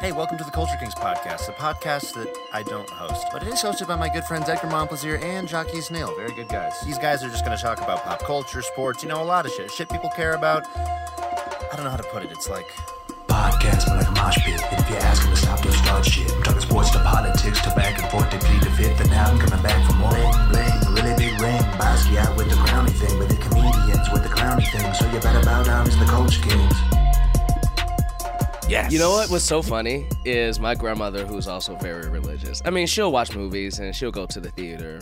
Hey, welcome to the Culture Kings podcast, the podcast that I don't host, but it is hosted by my good friends Edgar Montplaisir and Jockey Snail. Very good guys. These guys are just going to talk about pop culture, sports, you know, a lot of shit. Shit people care about. I don't know how to put it. It's like Podcast but like a mosh pit. And if you ask them to stop, they'll start shit. I'm talking sports to politics to back and forth. They plead the fifth, and now I'm coming back for more. Bling, bling, a really big ring. Basquiat with the crowny thing, but the comedians with the clowny thing. So you better bow down as the coach kings. You know what was so funny is my grandmother, who's also very religious. I mean, she'll watch movies and she'll go to the theater,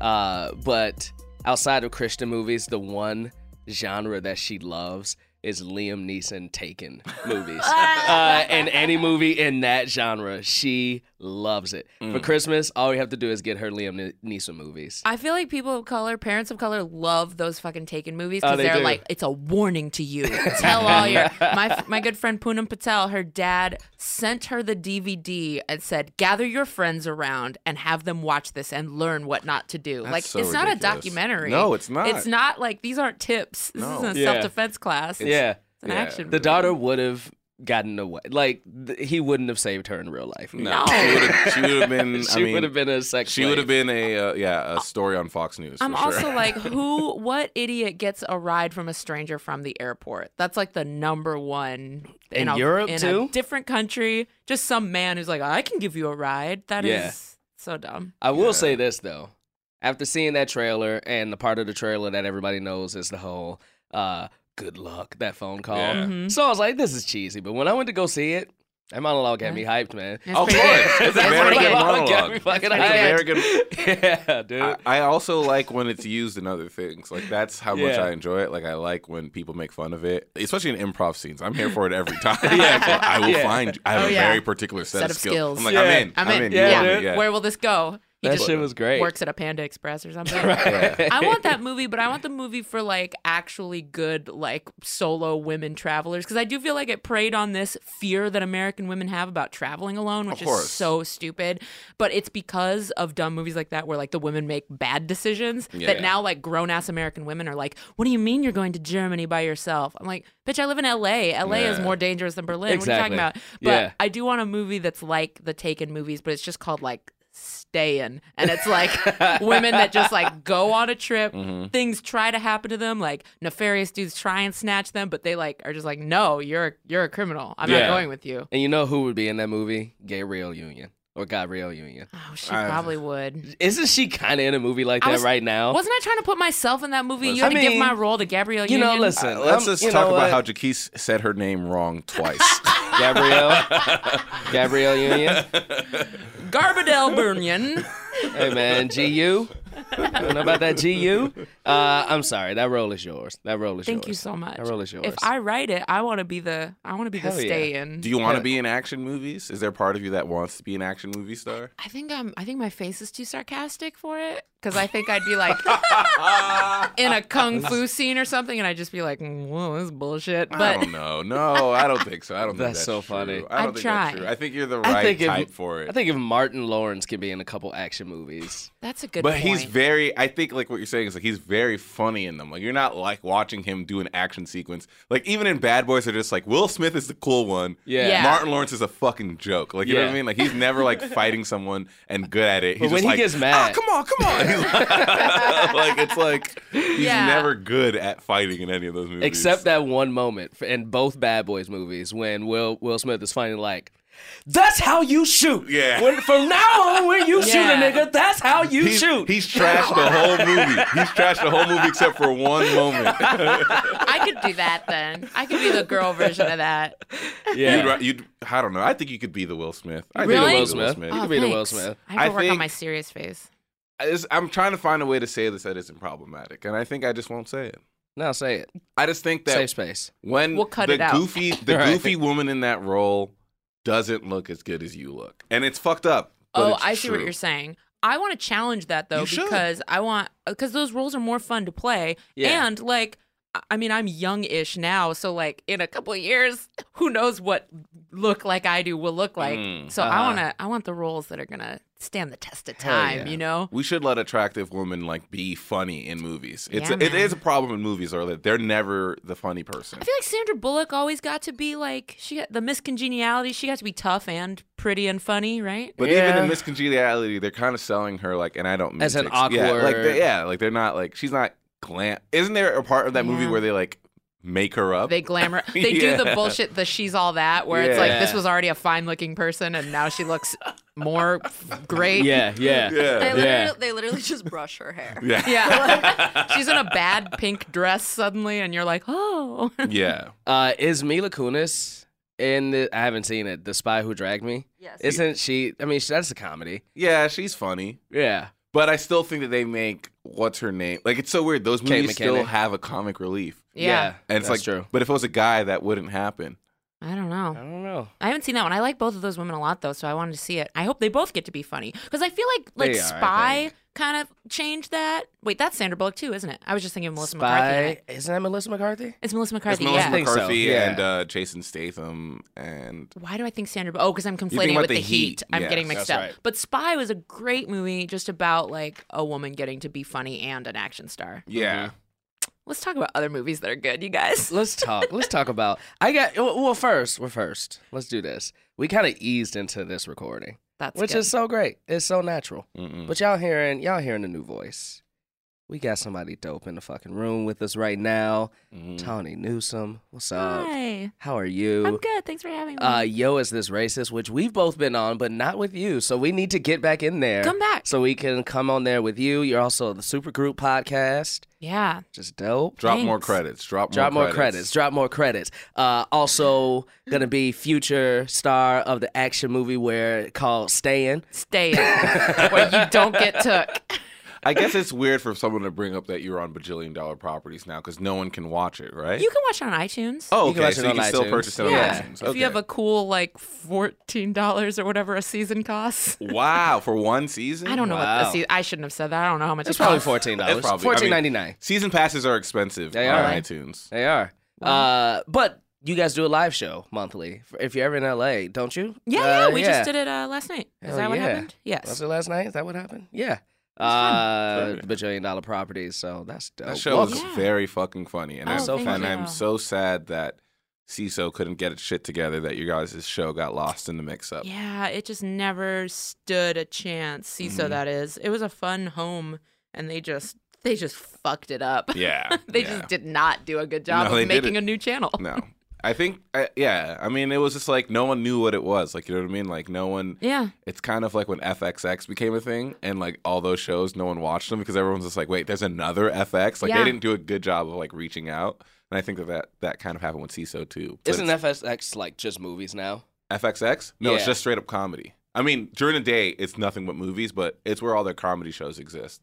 uh, but outside of Christian movies, the one genre that she loves is Liam Neeson Taken movies, uh, and any movie in that genre, she loves it. For Mm. Christmas, all we have to do is get her Liam Ne- Neeson movies. I feel like people of color, parents of color, love those fucking Taken movies Oh, because they they are do. like, it's a warning to you. Tell all your my my good friend Poonam Patel, her dad sent her the DVD and said, gather your friends around and have them watch this and learn what not to do. like, so it's not a ridiculous. documentary. No, it's not. It's not like these aren't tips. This No. isn't a Yeah. self defense class. It's, yeah, it's an yeah. action. the movie. daughter would have gotten away. Like th- he wouldn't have saved her in real life. No, she would've- she would have been. she I mean, would have been a sex. She slave. would have been a uh, yeah a story on Fox News. I'm for sure. also like, who? What idiot gets a ride from a stranger from the airport? That's like the number one In a, Europe, in too? A different country, just some man who's like, I can give you a ride. That is Yeah. so dumb. I will say this though, after seeing that trailer and the part of the trailer that everybody knows is the whole uh, "good luck" that phone call. Yeah. Mm-hmm. So I was like, "This is cheesy," but when I went to go see it, that monologue had me hyped, man. It's of pretty course, it's a That very good monologue got me monologue. fucking It's a very good hyped. yeah, dude. I, I also like when it's used in other things. Like that's how much Yeah. I enjoy it. Like I like when people make fun of it, especially in improv scenes. I'm here for it every time. yeah, I will Yeah. find. You. I have Oh, a yeah. very particular set, Set of of skills. I'm like, Yeah. I'm in. I'm in. You Yeah, want me? dude. Where will this go? He that just shit was great. works at a Panda Express or something. Yeah. I want that movie, but I want the movie for like actually good like solo women travelers because I do feel like it preyed on this fear that American women have about traveling alone, which Of course. is so stupid. But it's because of dumb movies like that where like the women make bad decisions Yeah. that now like grown ass American women are like, "What do you mean you're going to Germany by yourself?" I'm like, "Bitch, I live in L.A. L.A. is Yeah. more dangerous than Berlin. What are Exactly. you talking about?" But Yeah. I do want a movie that's like the Taken movies, but it's just called like Stayin', and it's like women that just like go on a trip. Mm-hmm. Things try to happen to them, like nefarious dudes try and snatch them, but they like are just like, no, you're a, you're a criminal. I'm Yeah. not going with you. and you know who would be in that movie? Gabrielle Union or Gabrielle Union. Oh, she I- probably would. Isn't she kind of in a movie like that I was- right now? Wasn't I trying to put myself in that movie? You I had to give mean, my role to Gabrielle. you know, Union? listen. Uh, let's I'm- just um, you talk know about how what? Jaquise said her name wrong twice. Gabrielle, Gabrielle Union. Garbadel Bunyan. Hey man, GU. I don't know about that GU. Uh, I'm sorry, that role is yours. That role is yours. Thank you so much. That role is yours. If I write it, I want to be the I want to be Hell the yeah. stay in. Do you want to be in action movies? Is there a part of you that wants to be an action movie star? I think I'm. I think my face is too sarcastic for it because I think I'd be like Ah. in a kung fu scene or something, and I'd just be like, "Mm, "Whoa, this is bullshit." I But don't know. No, I don't think so. I don't think That's that's so true. funny. I don't I'd think try. that's true. I think you're the I right think if- type for it. I think if Martin Lawrence can be in a couple action movies, that's a good. but point. he's very I think like what you're saying is like he's very funny in them. Like you're not like watching him do an action sequence. Like even in Bad Boys they're just like Will Smith is the cool one. Yeah. Yeah. Martin Lawrence is a fucking joke. Like you know what Yeah. I mean? Like he's never like fighting someone and good at it. He's But when just he like, gets mad- "Ah, come on, come on. He's like, like, it's like he's Yeah. never good at fighting in any of those movies. except that one moment f- in both Bad Boys movies when Will Will Smith is finally like, "That's how you shoot." Yeah. When, from now on, when you Yeah. shoot a nigga, that's how you he's, shoot. He's trashed the whole movie. He's trashed the whole movie except for one moment. I could do that then. I could be the girl version of that. You'd, yeah. ra- you'd, I don't know. I think you could be the Will Smith. I Really? Think Will Uh. you could be the Smith. You could be the Will Oh, thanks. Smith. I have to I work on think- my serious face. I just- I'm trying to find a way to say this that isn't problematic, and I think I just won't say it. Now say it. I just think that Safe space. when We'll cut the it out. goofy, the Right. goofy woman in that role doesn't look as good as you look, and it's fucked up. but Oh, it's I see what true. you're saying. I want to challenge that though You should. uh, because I want because those roles are more fun to play Yeah. and like I- I mean, I'm young-ish now, so like in a couple of years, who knows what look like I do will look like. Mm, so I uh-huh. wanna, I want the roles that are gonna stand the test of Hell time. yeah. You know, We should let attractive women like be funny in movies. It's Yeah, it man. is a problem in movies, or that they're never the funny person. I feel like Sandra Bullock always got to be like she got the miscongeniality. She got to be tough and pretty and funny, right? But even Yeah. in Miss Congeniality, they're kind of selling her like, and I don't mean As an to, yeah, like awkward- they, yeah, like they're not like she's not glam. Isn't there a part of that movie Yeah. where they like make her up? They glamour. They do the Yeah. bullshit. The she's all that, where it's like this Yeah. was already a fine-looking person, and now she looks more f- great. Yeah, yeah. They yeah, literally, Yeah. they literally just brush her hair. yeah, yeah. Yeah. She's in a bad pink dress suddenly, and you're like, oh. Uh, is Mila Kunis in the? I haven't seen it. The Spy Who Dragged Me. Yes. Isn't she? I mean, she- that's a comedy. Yeah, she's funny, Yeah. but I still think that they make what's her name like it's so weird. Those Kate movies still McKinnon. have a comic relief, Yeah. and that's it's like, true. but if it was a guy, that wouldn't happen. I don't I know. don't know. I haven't seen that one. I like both of those women a lot, though, so I wanted to see it. I hope they both get to be funny because I feel like like They are, I Spy think. kind of changed that. Wait, that's Sandra Bullock too, isn't it? I was just thinking of Melissa McCarthy. in Spy. it. Isn't that Melissa McCarthy? It's Melissa It's McCarthy. Melissa yeah. think so, McCarthy yeah. and uh, Jason Statham, and Why do I think Sandra? Bu- Oh, because I'm conflating think it about with The the, heat. Heat. I'm Yes, getting mixed that's up. right. But Spy was a great movie, just about like a woman getting to be funny and an action star. yeah, Let's talk about other movies that are good, you guys. Let's talk. Let's talk about. I got. Well, well, first, we're first. Let's do this. We kind of eased into this recording, That's which good. is so great. It's so natural. Mm-mm. But y'all hearing y'all hearing a new voice. We got somebody dope in the fucking room with us right now. Mhm. Tawny Newsom, what's up? Hi, How are you? I'm good. Thanks for having me. Uh, Yo is this racist, which we've both been on, but not with you. So we need to get back in there. Come back. So we can come on there with you. You're also the Supergroup podcast, yeah, just dope. drop more Thanks. credits, drop more Drop more credits. Drop more credits. Uh, also gonna be future star of the action movie where called Stayin'. stay in where you don't get took. I guess it's weird for someone to bring up that you're on bajillion dollar properties now because no one can watch it, right? You can watch it on iTunes. oh, you okay. can watch so it you on can still iTunes. purchase it yeah. on iTunes. If you have a cool like fourteen dollars or whatever a season costs. a wow for one season, I don't know what the Wow. season. I shouldn't have said that. I don't know how much It's it probably costs. fourteen That's dollars. probably- I mean- Fourteen ninety nine. Season passes are expensive They on are. iTunes. They are. Uh, but you guys do a live show monthly if you're ever in LA, don't you? Yeah, Uh, yeah. We just did it uh, last night. Is Hell that what yeah. happened? Yes. Was it last night? Is that what happened? Yeah. It Uh, was the bajillion dollar properties. So that's dope. That show was Welcome. Yeah. very fucking funny, and Oh, I'm so and funny. I'm so sad that CISO couldn't get its shit together. That you guys' show got lost in the mix up. Yeah, it just never stood a chance. See, so Mhm. that is. It was a fun home, and they just they just fucked it up. Yeah, they yeah. just did not do a good job No, they of did making it. a new channel. no. I think, I, yeah. I mean, it was just like no one knew what it was. Like, you know what I mean? Like, no one. Yeah, it's kind of like when FXX became a thing, and like all those shows, no one watched them because everyone's just like, "Wait, there's another FX." Like Yeah. they didn't do a good job of like reaching out, and I think that that, that kind of happened with CISO too. But Isn't it's- FSX like just movies now? FXX? No, it's Yeah. just straight up comedy. I mean, during the day, it's nothing but movies, but it's where all their comedy shows exist.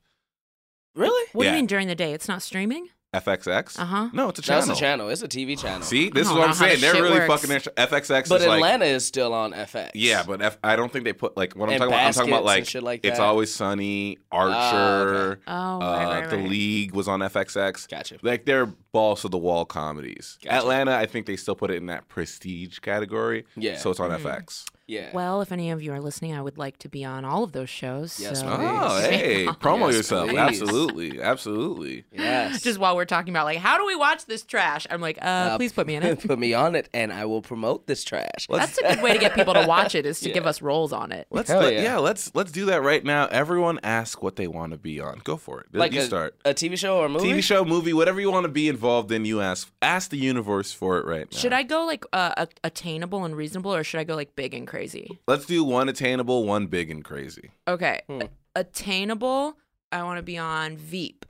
Really? What do Yeah. you mean during the day? It's not streaming? FXX? Uh-huh. No, it's a channel. That's a channel. It's a TV channel. See, this I is don't what know I'm how saying. this They're shit really works. fucking. Inter- FXX But is like Atlanta is still on FX. Yeah, but F- I don't think they put like what I'm And talking about. I'm talking about Baskets and like, shit like it's that. Ah, always sunny, Archer, okay. Oh, uh, right, right, The right. League was on FXX. Gotcha. Like they're balls to the wall comedies. Gotcha. Atlanta, I think they still put it in that prestige category. Yeah. So it's on Mhm. FX. Yeah. Well, if any of you are listening, I would like to be on all of those shows. Yes, so- please. Oh, hey, promo Yes, yourself. please. Absolutely, absolutely. yes. Just while we're talking about like how do we watch this trash? I'm like, uh, please put me in it. put me on it, and I will promote this trash. That's a good way to get people to watch it is to give us roles on it. Let's Hell let- yeah. yeah. let's let's do that right now. Everyone, ask what they want to be on. Go for it. like you a, start. a TV show or a movie. TV show, movie, whatever you want to be involved in, you ask. Ask the universe for it right now. Should I go like uh, a- attainable and reasonable, or should I go like big and crazy? Let's do one attainable, one big and crazy. Okay, Hmm. attainable. I want to be on Veep.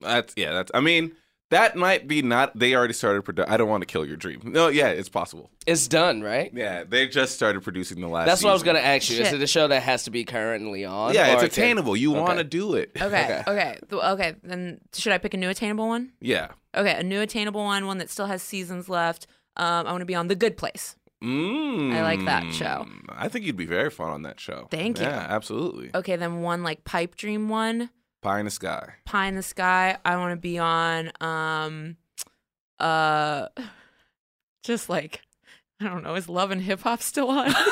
That's yeah. That's I mean that might be not. They already started produ- I don't want to kill your dream. No, yeah, it's possible. It's done, right? Yeah, they just started producing the last. That's what I was season. gonna ask you. Is Shit. it a show that has to be currently on? Yeah, it's or can- attainable. You Okay. want to do it. Okay, okay, th- okay. Then should I pick a new attainable one? Yeah. Okay, a new attainable one, one that still has seasons left. Um, I want to be on The Good Place. Mm, I like that show. I think you'd be very fun on that show. Thank you. Yeah, absolutely. Okay, then one like pipe dream one, Pie in the sky. pie in the sky. I want to be on. Um, uh just like I don't know, is love and hip hop still on?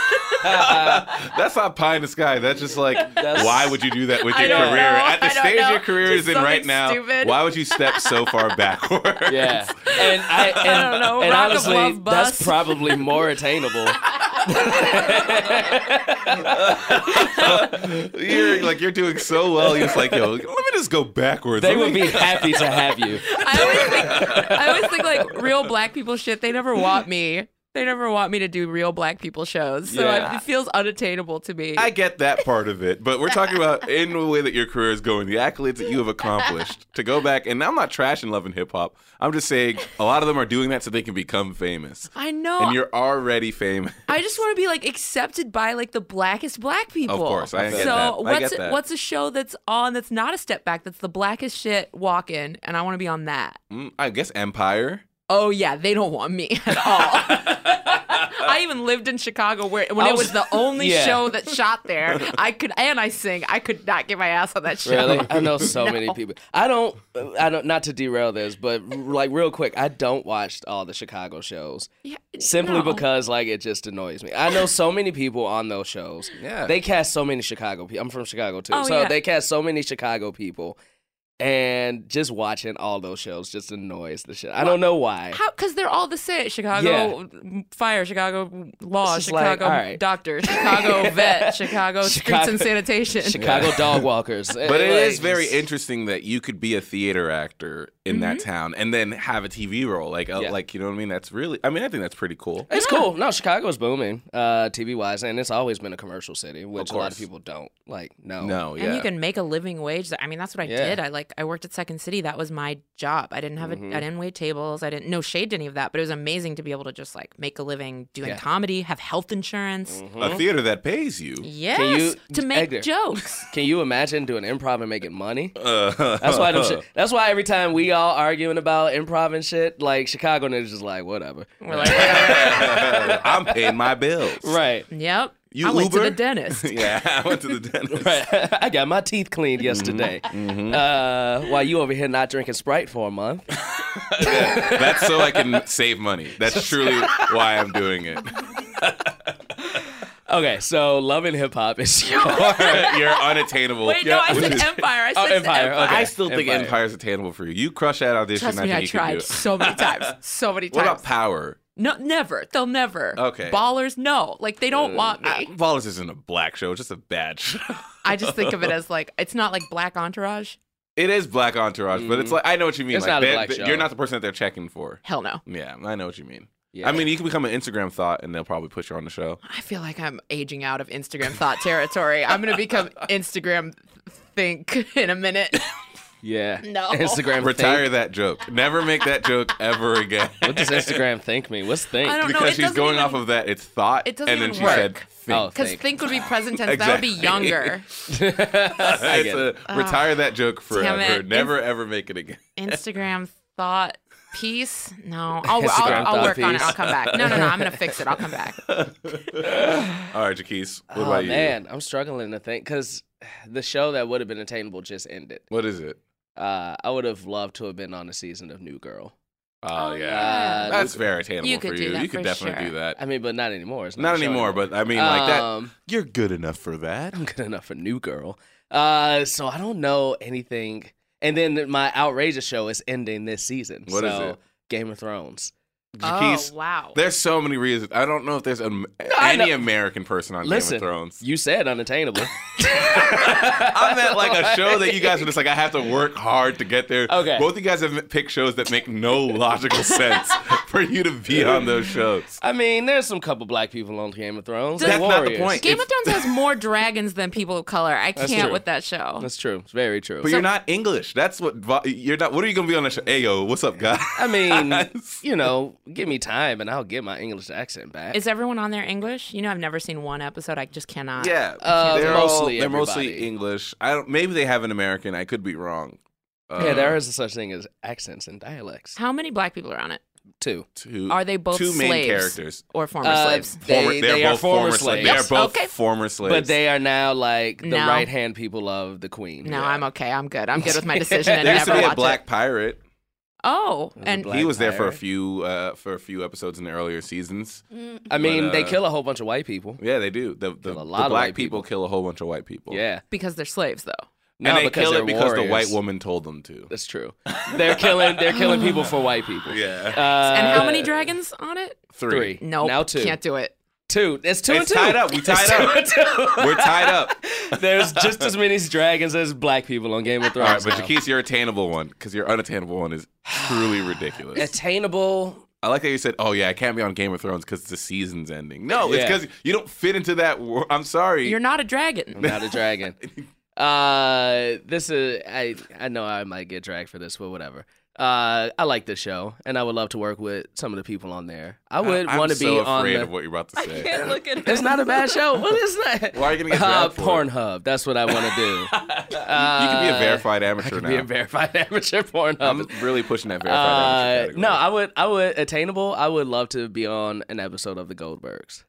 Uh, That's not pie in the sky. That's just like, That's- why would you do that with I your don't career? know. At the I don't stage know. your career Just is in right something now, stupid. why would you step so far backwards? Yeah, and I, and, I don't know, and Rock of honestly, Love that's Bus. probably more attainable. you're like you're doing so well. You're just like, yo, let me just go backwards. they Let would me- be happy to have you. I always think I always think like real black people shit, they never want me. They never want me to do real black people shows. So Yeah. it feels unattainable to me. I get that part of it, but we're talking about in the way that your career is going, the accolades that you have accomplished. To go back, and I'm not trashing love and hip hop. I'm just saying a lot of them are doing that so they can become famous, I know. and you're already famous. I just want to be like accepted by like the blackest black people. course, I get so that. I what's get that. what's a show that's on that's not a step back that's the blackest shit walk in, and I want to be on that. Mm, I guess Empire. Oh yeah, they don't want me at all. I even lived in Chicago where when I it was- was the only Yeah. show that shot there. I could and I sing. I could not get my ass on that show. Really, I know so many people. I don't, I don't. Not to derail this, but like real quick, I don't watch all the Chicago shows Yeah, simply no. because like it just annoys me. I know so many people on those shows. Yeah. they cast so many Chicago people. I'm from Chicago too, Oh, so yeah. they cast so many Chicago people, and just watching all those shows just annoys the shit. I don't know why. How? Because they're all the same. Chicago fire, Chicago law, It's just like, Chicago all right. doctor, Chicago vet, Chicago, streets Chicago- and sanitation. Chicago dog walkers, But it is very interesting that you could be a theater actor in that Mm-hmm. town and then have a TV role. Like, uh, Yeah. like you know what I mean? That's really. I mean, I think that's pretty cool. It's cool. No, Chicago's booming, uh, TV wise, and it's always been a commercial city, which a lot course. of people don't like. No, No, yeah. And you can make a living wage. I mean, that's what I Yeah. did. I like I worked at Second City. That was my job. I didn't have Mm-hmm. a I didn't wait tables. I didn't no shade to any of that. But it was amazing to be able to just like make a living doing Yeah. Mm-hmm. comedy, have health insurance. A theater that pays you. Yes, you- to make Edgar. jokes. Can you imagine doing improv and making money? Uh, That's why. Them shit, that's why every time we all arguing about improv and shit, like Chicago niggas just like whatever. We're like, "Whatever." I'm paying my bills. Right. yep. You I went to the Uber? dentist. yeah, I went to the dentist. Right. I got my teeth cleaned yesterday. Uh, while you over here not drinking Sprite for a month. That's so I can save money. That's truly why I'm doing it. Okay, so love and hip hop is your You're unattainable. Wait, no, I Which said is- Empire. I said oh, empire. Empire. Okay. I still think Empire's attainable for you. You crush that audition. Trust I me, think I you Can do tried it. so many times. So many What times. about Power? no, never. They'll never. Okay. Uh, Ballers, no. Like they don't want me. I, Ballers isn't a black show. It's just a bad show. I just think of it as like it's not like Black Entourage. It is black entourage, but Mm. it's like I know what you mean. It's like, not a they- black they- show. You're not the person that they're checking for. Hell no. Yeah, I know what you mean. Yeah. I mean, you can become an Instagram thought, and they'll probably put you on the show. I feel like I'm aging out of Instagram thought territory. I'm going to become Instagram think in a minute. Yeah. No. Instagram Retire Think. that joke. Never make that joke ever again. What does Instagram think mean? What's think? I don't know. because it she's doesn't going even- off of that. It's thought, It doesn't and then even she said work. think. Oh, Because think. think would be present tense. That would be Exactly. younger. I It's get a, it. retire that joke Ah. Damn forever. it. Never ever make it again. Instagram thought piece? No. I'll, Instagram I'll, I'll thought work on it. piece. I'll come back. No, no, no. I'm going to fix it. I'll come back. All right, Jaquise. What oh about you? man, I'm struggling to think because the show that would have been attainable just ended. What is it? Uh, I would have loved to have been on a season of New Girl. Oh, yeah. that's very attainable You for could do you. that you could for definitely sure. do that. I mean, but not anymore. It's not, Not a show anymore, but I mean, like that. Um, You're good enough for that. I'm good enough for New Girl. Uh, so I don't know anything. And then my outrageous show is ending this season. What is so it? Game of Thrones. Oh, Jaquise, wow. There's so many reasons. I don't know if there's a, I any know. American person on Listen, Game of Thrones. you said unattainable. I meant like a show that you guys are just like, I have to work hard to get there. Okay. Both of you guys have picked shows that make no logical sense for you to be on those shows. I mean, there's some couple black people on Game of Thrones. That's The not the Warriors. point. Game if- of Thrones has more dragons than people of color. I can't true. with that show. That's true. It's very true. But you're not English. That's what vo- you're not. What are you gonna be on the show? Hey yo, what's up, guys? I mean, you know, give me time and I'll get my English accent back. Is everyone on there English? You know, I've never seen one episode. I just cannot. Yeah, Uh, they're mostly all, they're mostly everybody. English. I don't. Maybe they have an American. I could be wrong. Uh, yeah, there is such thing as accents and dialects How many black people are on it? too. two. Are they both two main slaves? characters? Or former Uh, slaves? They- Former- they are both former They are slaves. both Okay. former slaves. But they are now like the No. right hand people of the queen. No, I'm okay. I'm good. I'm good with my decision and there used never to be a watch black it. pirate. Oh, It was a and black he was there for a pirate. few uh, for a few episodes in the earlier seasons. I mean, they uh, kill a whole bunch of white people. Yeah, they do. The, Kill the, a the lot of black white people, people. kill a whole bunch of white people. Yeah. because they're slaves though. No, and they because kill they're it because the white warriors. woman told them to. That's true. They're killing. They're killing people for white people. Yeah, Uh, And how many dragons on it? three. No, Now two. Can't do it. Two. It's two and It's two. tied up. We It's tied two up. and two. We're tied up. There's just as many dragons as black people on Game of All right, Thrones. but now. Jakees, your attainable one, because your unattainable one is truly ridiculous. attainable. I like that you said, "Oh yeah, I can't be on Game of Thrones because the season's ending." No, it's Yeah. because you don't fit into that. Wor- I'm sorry. You're not a dragon. I'm not a dragon. Uh, this is I. I know I might get dragged for this, but whatever. Uh, I like this show, and I would love to work with some of the people on there. I would I'm want to so be afraid on. The, of what you're about to say. look at it's not a bad show. Well, it's not. Why are you gonna get uh, dragged for it? Pornhub? That's what I want to do. uh, you can be a verified amateur now. Be a verified amateur Pornhub. I'm really pushing that verified amateur Uh, category. no, I would, I would attainable. I would love to be on an episode of the Goldbergs.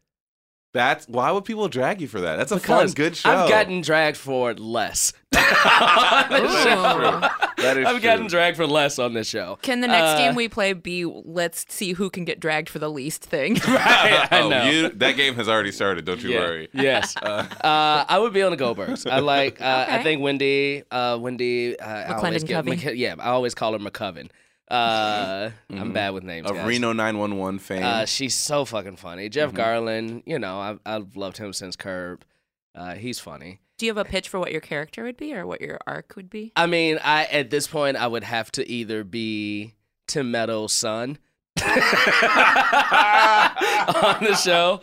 That's why would people drag you for that? That's a fun, Because good show. I've gotten dragged for less. That is Ooh. true. That is I've gotten true. dragged for less on this show. Can the Uh, next game we play be let's see who can get dragged for the least thing? I, I oh, know. you that game has already started. Don't you Yeah. worry. Yes, uh, I would be on the Goldbergs. I like. Uh, I Okay. think Wendy. Uh, Wendy. Uh, I always McClendon get- Covey. McC- yeah, I always call her McCoven. Uh, I'm bad with names. Of guys. Mm-hmm. Reno Mm-hmm. 911 fame. Uh, she's so fucking funny. Jeff Garland, you know, I've, I've loved him since Curb. Uh, he's funny. Do you have a pitch for what your character would be or what your arc would be? I mean, I at this point, I would have to either be Tim Meadows' son on the show,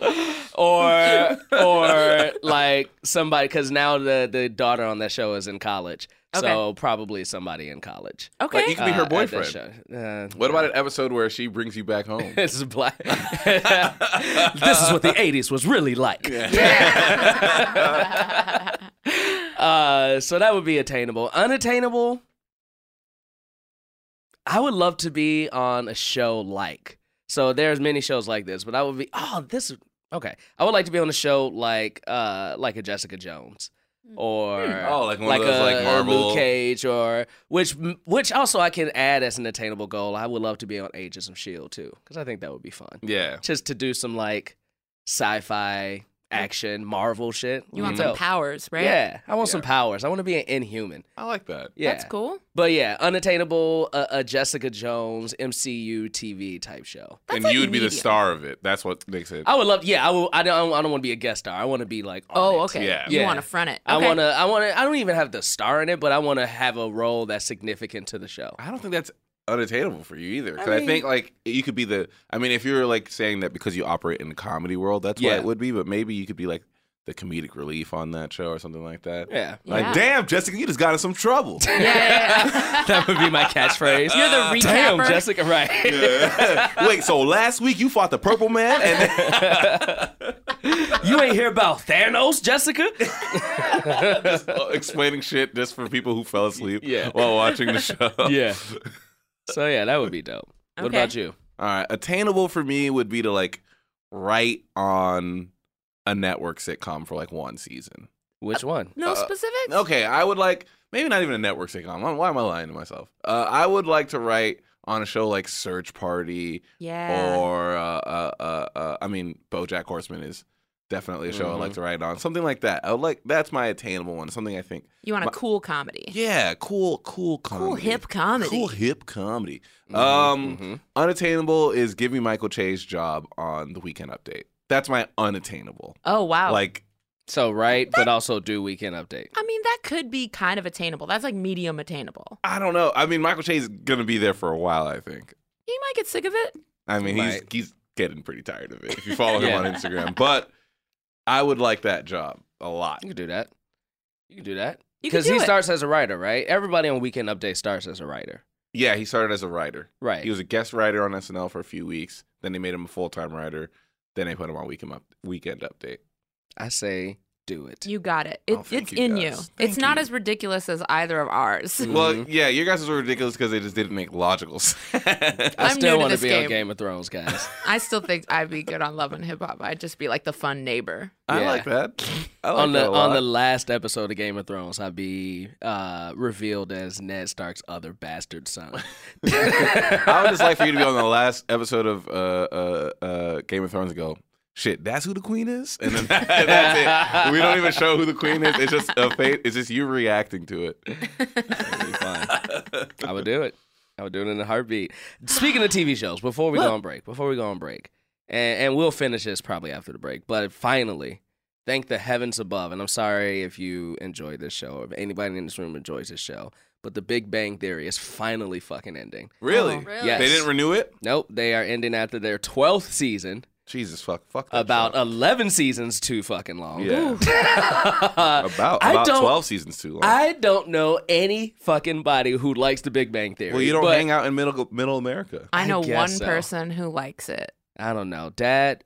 or or like somebody because now the the daughter on that show is in college, so Okay. probably somebody in college. Okay. you Oh, could be her at that boyfriend. show. Uh, what about an episode where she brings you back home? This is black. this is what the '80s was really like. uh, so that would be attainable. Unattainable. I would love to be on a show like. So there's many shows like this, but I would be. Oh, this. Okay, I would like to be on a show like, uh, like a Jessica Jones. Hmm. Or Oh, like one of those, like, a Marvel- Luke Cage, or which which also I can add as an attainable goal. I would love to be on Agents of Shield too, because I think that would be fun yeah. just to do some like sci-fi action Marvel shit. You want Mhm. some powers, right? Yeah, I want some Yeah. powers. I want to be an Inhuman. I like that. Yeah, That's cool. But yeah, unattainable, a, a Jessica Jones MCU TV type show. That's and like you would be the medium. star of it. That's what makes it. I would love. Yeah, I will. I don't. I don't want to be a guest star. I want to be like. on Oh, it. okay. Yeah. You Yeah. want to front it. I Okay. want to. I want to. I don't even have to star in it, but I want to have a role that's significant to the show. I don't think that's unattainable for you either. Because I, I mean- think like you could be the. I mean, if you're like saying that because you operate in the comedy world, that's Yeah. what it would be. But maybe you could be like the comedic relief on that show or something like that. Yeah, Like, Yeah. damn, Jessica, you just got in some trouble. Yeah, yeah, that would be my catchphrase. You're the Damn, recapper. Jessica. Right. Wait, so last week you fought the purple man, and then, you ain't hear about Thanos, Jessica? Oh, explaining shit just for people who fell asleep Yeah. while watching the show. yeah. So yeah, that would be dope. What Okay. about you? All right, attainable for me would be to like write on a network sitcom for like one season. Which one? No Uh, specifics? Okay, I would like maybe not even a network sitcom. Why am I lying to myself? Uh, I would like to write on a show like Search Party Yeah. or uh, uh, uh, uh, I mean, BoJack Horseman is definitely a show I like Mm-hmm. to write on. Something like that. I would like that's my attainable one. Something I think. you want a my- cool comedy. Yeah, cool, cool comedy. Cool hip comedy. Cool hip comedy. Um, Mhm. unattainable is give me Michael Che's job on the Weekend Update. That's my unattainable. Oh, wow. Like So right, but also do weekend update. I mean, that could be kind of attainable. That's like medium attainable. I don't know. I mean, Michael Che's gonna be there for a while. I think. You might get sick of it. I mean, he's Right. he's getting pretty tired of it. If you follow Yeah. him on Instagram, but I would like that job a lot. You can do that. You can do that. You could Because do he it. starts as a writer, right? Everybody on weekend update starts as a writer, Yeah, he started as a writer. right? He was a guest writer on SNL for a few weeks. Then they made him a full time writer. Then they put him on Weekend Up Weekend Update. I say do it. You got it. Oh, It- thank it's you in you. guys. It's Thank not you. Mm. as ridiculous as either of ours. Well, Mm-hmm. yeah, your guys were ridiculous because they just didn't make logical sense. I I'm new still to want to this be on game. Game of Thrones, guys. I still think I'd be good on Love and Hip Hop. I'd just be like the fun neighbor. I Yeah. like that. I like on the that a lot. on the last episode of Game of Thrones, I'd be uh, revealed as Ned Stark's other bastard son. I would just like for you to be on the last episode of uh, uh, uh, Game of Thrones and go, shit, that's who the queen is? And then that's it. We don't even show who the queen is. It's just a fate. It's just you reacting to it. It'll be fine. I would do it. I would do it in a heartbeat. Speaking of TV shows, before we go on break, before we go on break, and, and we'll finish this probably after the break, but finally, thank the heavens above. And I'm sorry if you enjoyed this show, or if anybody in this room enjoys this show, but The Big Bang Theory is finally fucking ending. Really? really? Oh, Yes. They didn't renew it? Nope, they are ending after their 12th season, Jesus, fuck. Fuck that about show. 11 seasons too fucking long. Yeah. about I about don't- 12 seasons too long. I don't know any fucking body who likes The Big Bang Theory. well, you don't but- hang out in middle, middle America. I I know guess one so. person who likes it. I don't know. Dad,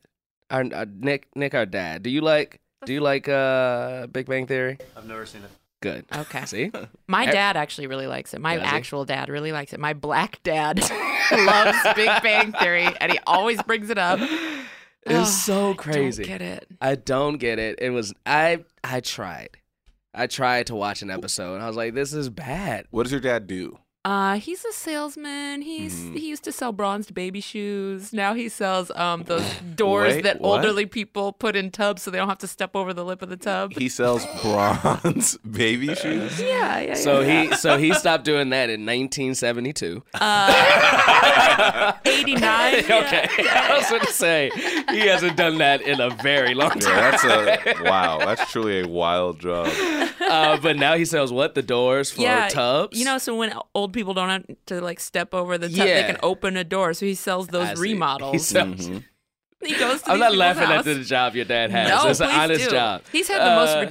our, uh, Nick, Nick, our dad. Do you like? Do you like uh, Big Bang Theory? I've never seen it. Good. Okay. See, My Ev- dad actually really likes it. My Does he? actual dad really likes it. My black dad loves Big Bang Theory, and he always brings it up. Ugh, it's so crazy. I Ah, don't get it. I don't get it. It was I. I tried. I tried to watch an episode, and I was like, "This is bad." What does your dad do? Uh, he's a salesman. He's Mm-hmm. Mhm. he used to sell bronzed baby shoes. Now he sells um those doors Wait, that what? elderly people put in tubs so they don't have to step over the lip of the tub. He sells bronze baby shoes. yeah, yeah. So yeah. he so he stopped doing that in 1972. uh, eighty nine. okay, I was going to say he hasn't done that in a very long time. Yeah, that's a wow. That's truly a wild job. Uh, but now he sells what the doors for tubs. You know, so when old people don't have to like step over the tub, Yeah. they can open a door. So he sells those I see. He remodels. sells- Mm-hmm. He goes to I'm not these people's laughing house. at the job your dad has. No, it's an please honest do. job. He's had the Uh, most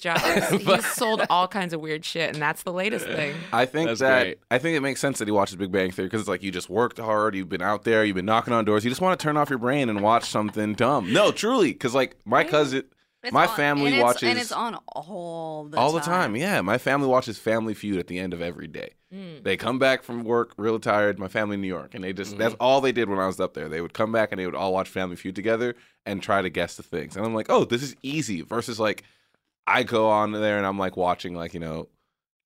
jobs. He's sold all kinds of weird shit, and that's the latest thing. I think That's that great. I think it makes sense that he watches Big Bang Theory because it's like you just worked hard, you've been out there, you've been knocking on doors, you just want to turn off your brain and watch something dumb. No, truly, because like my cousin, It's my on- family and it's- watches and it's on all the all time. the time. Yeah, my family watches Family Feud at the end of every day. Mm. They come back from work real tired. My family in New York, and they just that's Mm-hmm. all they did when I was up there. They would come back and they would all watch Family Feud together and try to guess the things. And I'm like, oh, this is easy. Versus like, I go on there and I'm like watching like you know,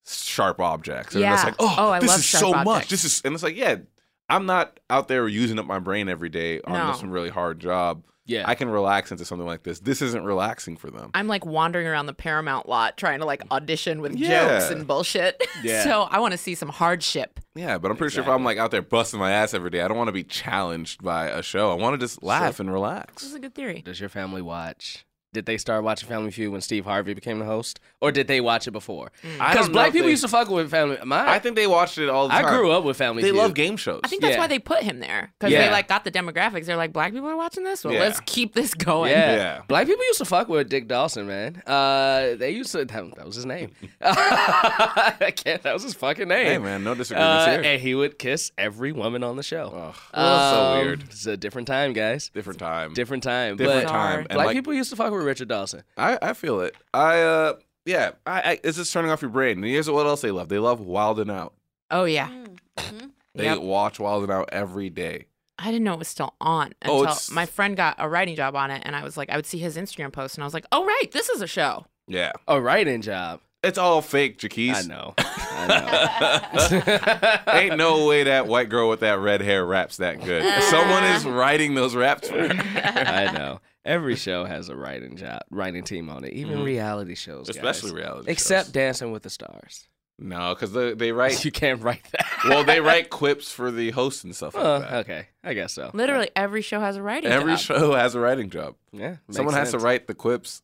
sharp objects, and it's Yeah. like, oh, Oh, I this love is Sharp so much. Objects. This is and it's like, yeah, I'm not out there using up my brain every day on No. some really hard job. Yeah. I can relax into something like this. This isn't relaxing for them. I'm like wandering around the Paramount lot trying to like audition with Yeah. jokes and bullshit. Yeah. so I want to see some hardship. Yeah, but I'm pretty sure if I'm like out there busting my ass every day, I don't want to be challenged by a show. I want to just laugh and This relax. is a good theory. Does your family watch? Did they start watching Family Feud when Steve Harvey became the host, or did they watch it before? Mm. I Because don't know black if people they- used to fuck with Family. My, I think they watched it all the I time. grew up with Family They Feud. love game shows. I think that's Yeah. why they put him there because Yeah. they like got the demographics. They're like, black people are watching this. Well, Yeah. let's keep this going. Yeah. Yeah. black people used to fuck with Dick Dawson, man. Uh, they used to. That, that was his name. I can't. That was his fucking name. Hey man, no disagreements Uh, here. and he would kiss every woman on the show. Ugh, that's so Um, weird. It's a different time, guys. Different time. Different time. Different but time. And Black like, people used to fuck with Richard Dawson. I, I feel it. I uh yeah. I, I it's just turning off your brain. And here's what else they love. They love Wildin' Out. Oh yeah. They Yep. watch Wildin' Out every day. I didn't know it was still on Oh, until it's- my friend got a writing job on it, and I was like, I would see his Instagram post, and I was like, oh right, this is a show. Yeah. A Oh, writing job. It's all fake, Jaquise. I know. I know. Ain't no way that white girl with that red hair raps that good. Someone is writing those raps for her. I know. Every show has a writing job, writing team on it. Even reality shows, guys. Mm-hmm. Especially reality. Except shows. Dancing with the Stars. no, because they, they write. You can't write that. well, they write quips for the hosts and stuff like Uh, that. okay, I guess so. Literally every show has a writing Every job. show has a writing job. Yeah. makes Someone has to sense. write the quips.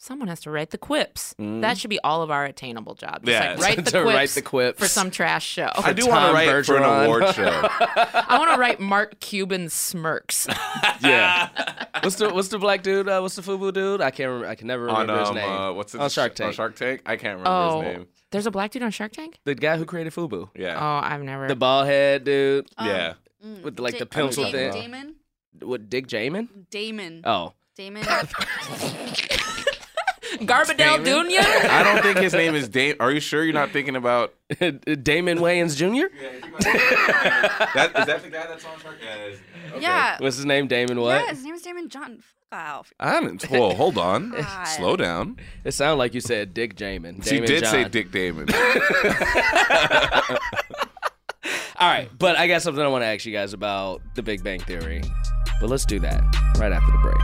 Someone has to write the quips. That should be all of our attainable jobs. Just, Mm. Yeah. like, write the To quips write the quips. for some trash show. I do want to Tom write for an Bergeron. award show. I want to write Mark Cuban smirks. Yeah. what's the What's the black dude? Uh, what's the FUBU dude? I can't. Remember, I can never on remember his um, name. uh, what's it? on Shark Tank? On Shark Tank. I can't remember his Oh, name. there's a black dude on Shark Tank. the guy who created FUBU. Oh, Yeah. I've never. The bald head dude yeah. Um, Mm. with like Da- the pencil Da- thing. Damon. Oh. What Dick Jamin? Damon. Oh, Damon. Garbadell Damon. Jr. I don't think his name is Dame. Are you sure you're not thinking about Damon Wayans Jr. that? Is that the guy that's on Shark? Yeah, that is. Okay. Yeah. What's his name? Damon what? Yeah, his name is Damon John. Fuck off. I'm. Well, hold on. God. Slow down. It sounded like you said Dick Jamin. She Damon did say John. Dick Damon. All right, but I got something I want to ask you guys about the Big Bang Theory. But let's do that right after the break.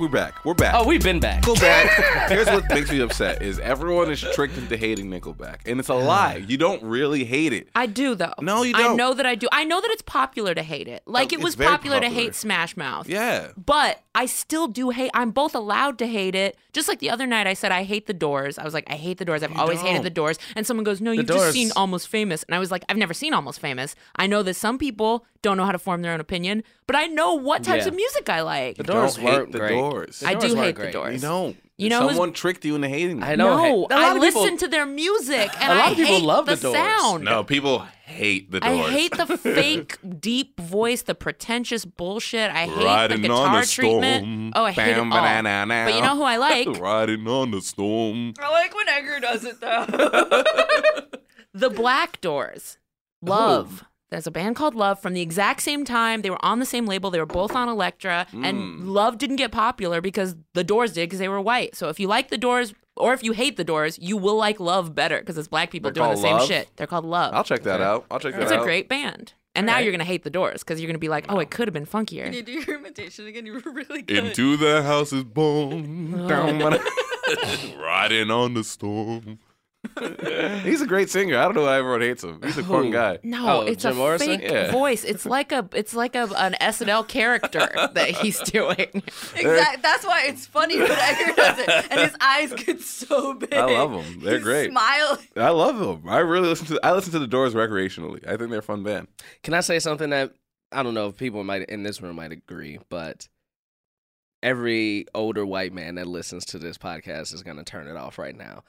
We're back. We're back. Oh, we've been back. Nickelback. Here's what makes me upset: is everyone is tricked into hating Nickelback, and it's a lie. You don't really hate it. I do though. No, you I don't. Oh, know that I do. I know that it's popular to hate it. Like it it's was very popular, to popular. hate Smash Mouth. Yeah. But I still do hate. I'm both allowed to hate it. Just like the other night, I said I hate the Doors. I was like, I hate the Doors. I've always hated don't. the Doors. And someone goes, No, you've Doors- just seen Almost Famous. And I was like, I've never seen Almost Famous. I know that some people don't know how to form their own opinion, but I know what types Yeah. of music I like. The Doors Don't hate weren't the great. Doors. The I do weren't hate the great. Doors. You don't. You know who's- someone tricked you into hating. I them. know. no, hey, a lot I of people- listen to their music, and A lot I of people hate love the, The Doors. sound. No, people hate the I Doors. hate the fake deep voice, the pretentious bullshit. I hate Riding the on guitar the storm. treatment. Oh, I hate Bam, it all. ba-na-na-na. But you know who I like? Riding on the storm. I like when Edgar does it though. The Black Doors. Love. There's a band called Love from the exact same time. They were on the same label. They were both on Elektra, and Mm. Love didn't get popular because the Doors did because they were white. So if you like the Doors, or if you hate the Doors, you will like Love better because it's black people They're doing the called same Love? shit. They're called Love. I'll check that out. I'll check that it's out. a great band. And now you're gonna hate the Doors because you're gonna be like, oh, it could have been funkier. Can you do your imitation again? You were really good. Into the house is born. Down when I- Riding on the storm. He's a great singer. I don't know why everyone hates him. He's a fun guy. Oh, No, it's Jim a Morrison? fake Yeah. voice. It's like a it's like a an SNL character that he's doing. Exactly. That's why it's funny when Edgar does it, and his eyes get so big. I love 'em. They're He's great. Smiling. I love him. I really listen to I listen to the Doors recreationally. I think they're a fun band. Can I say something that I don't know if people might in this room might agree, but every older white man that listens to this podcast is gonna turn it off right now.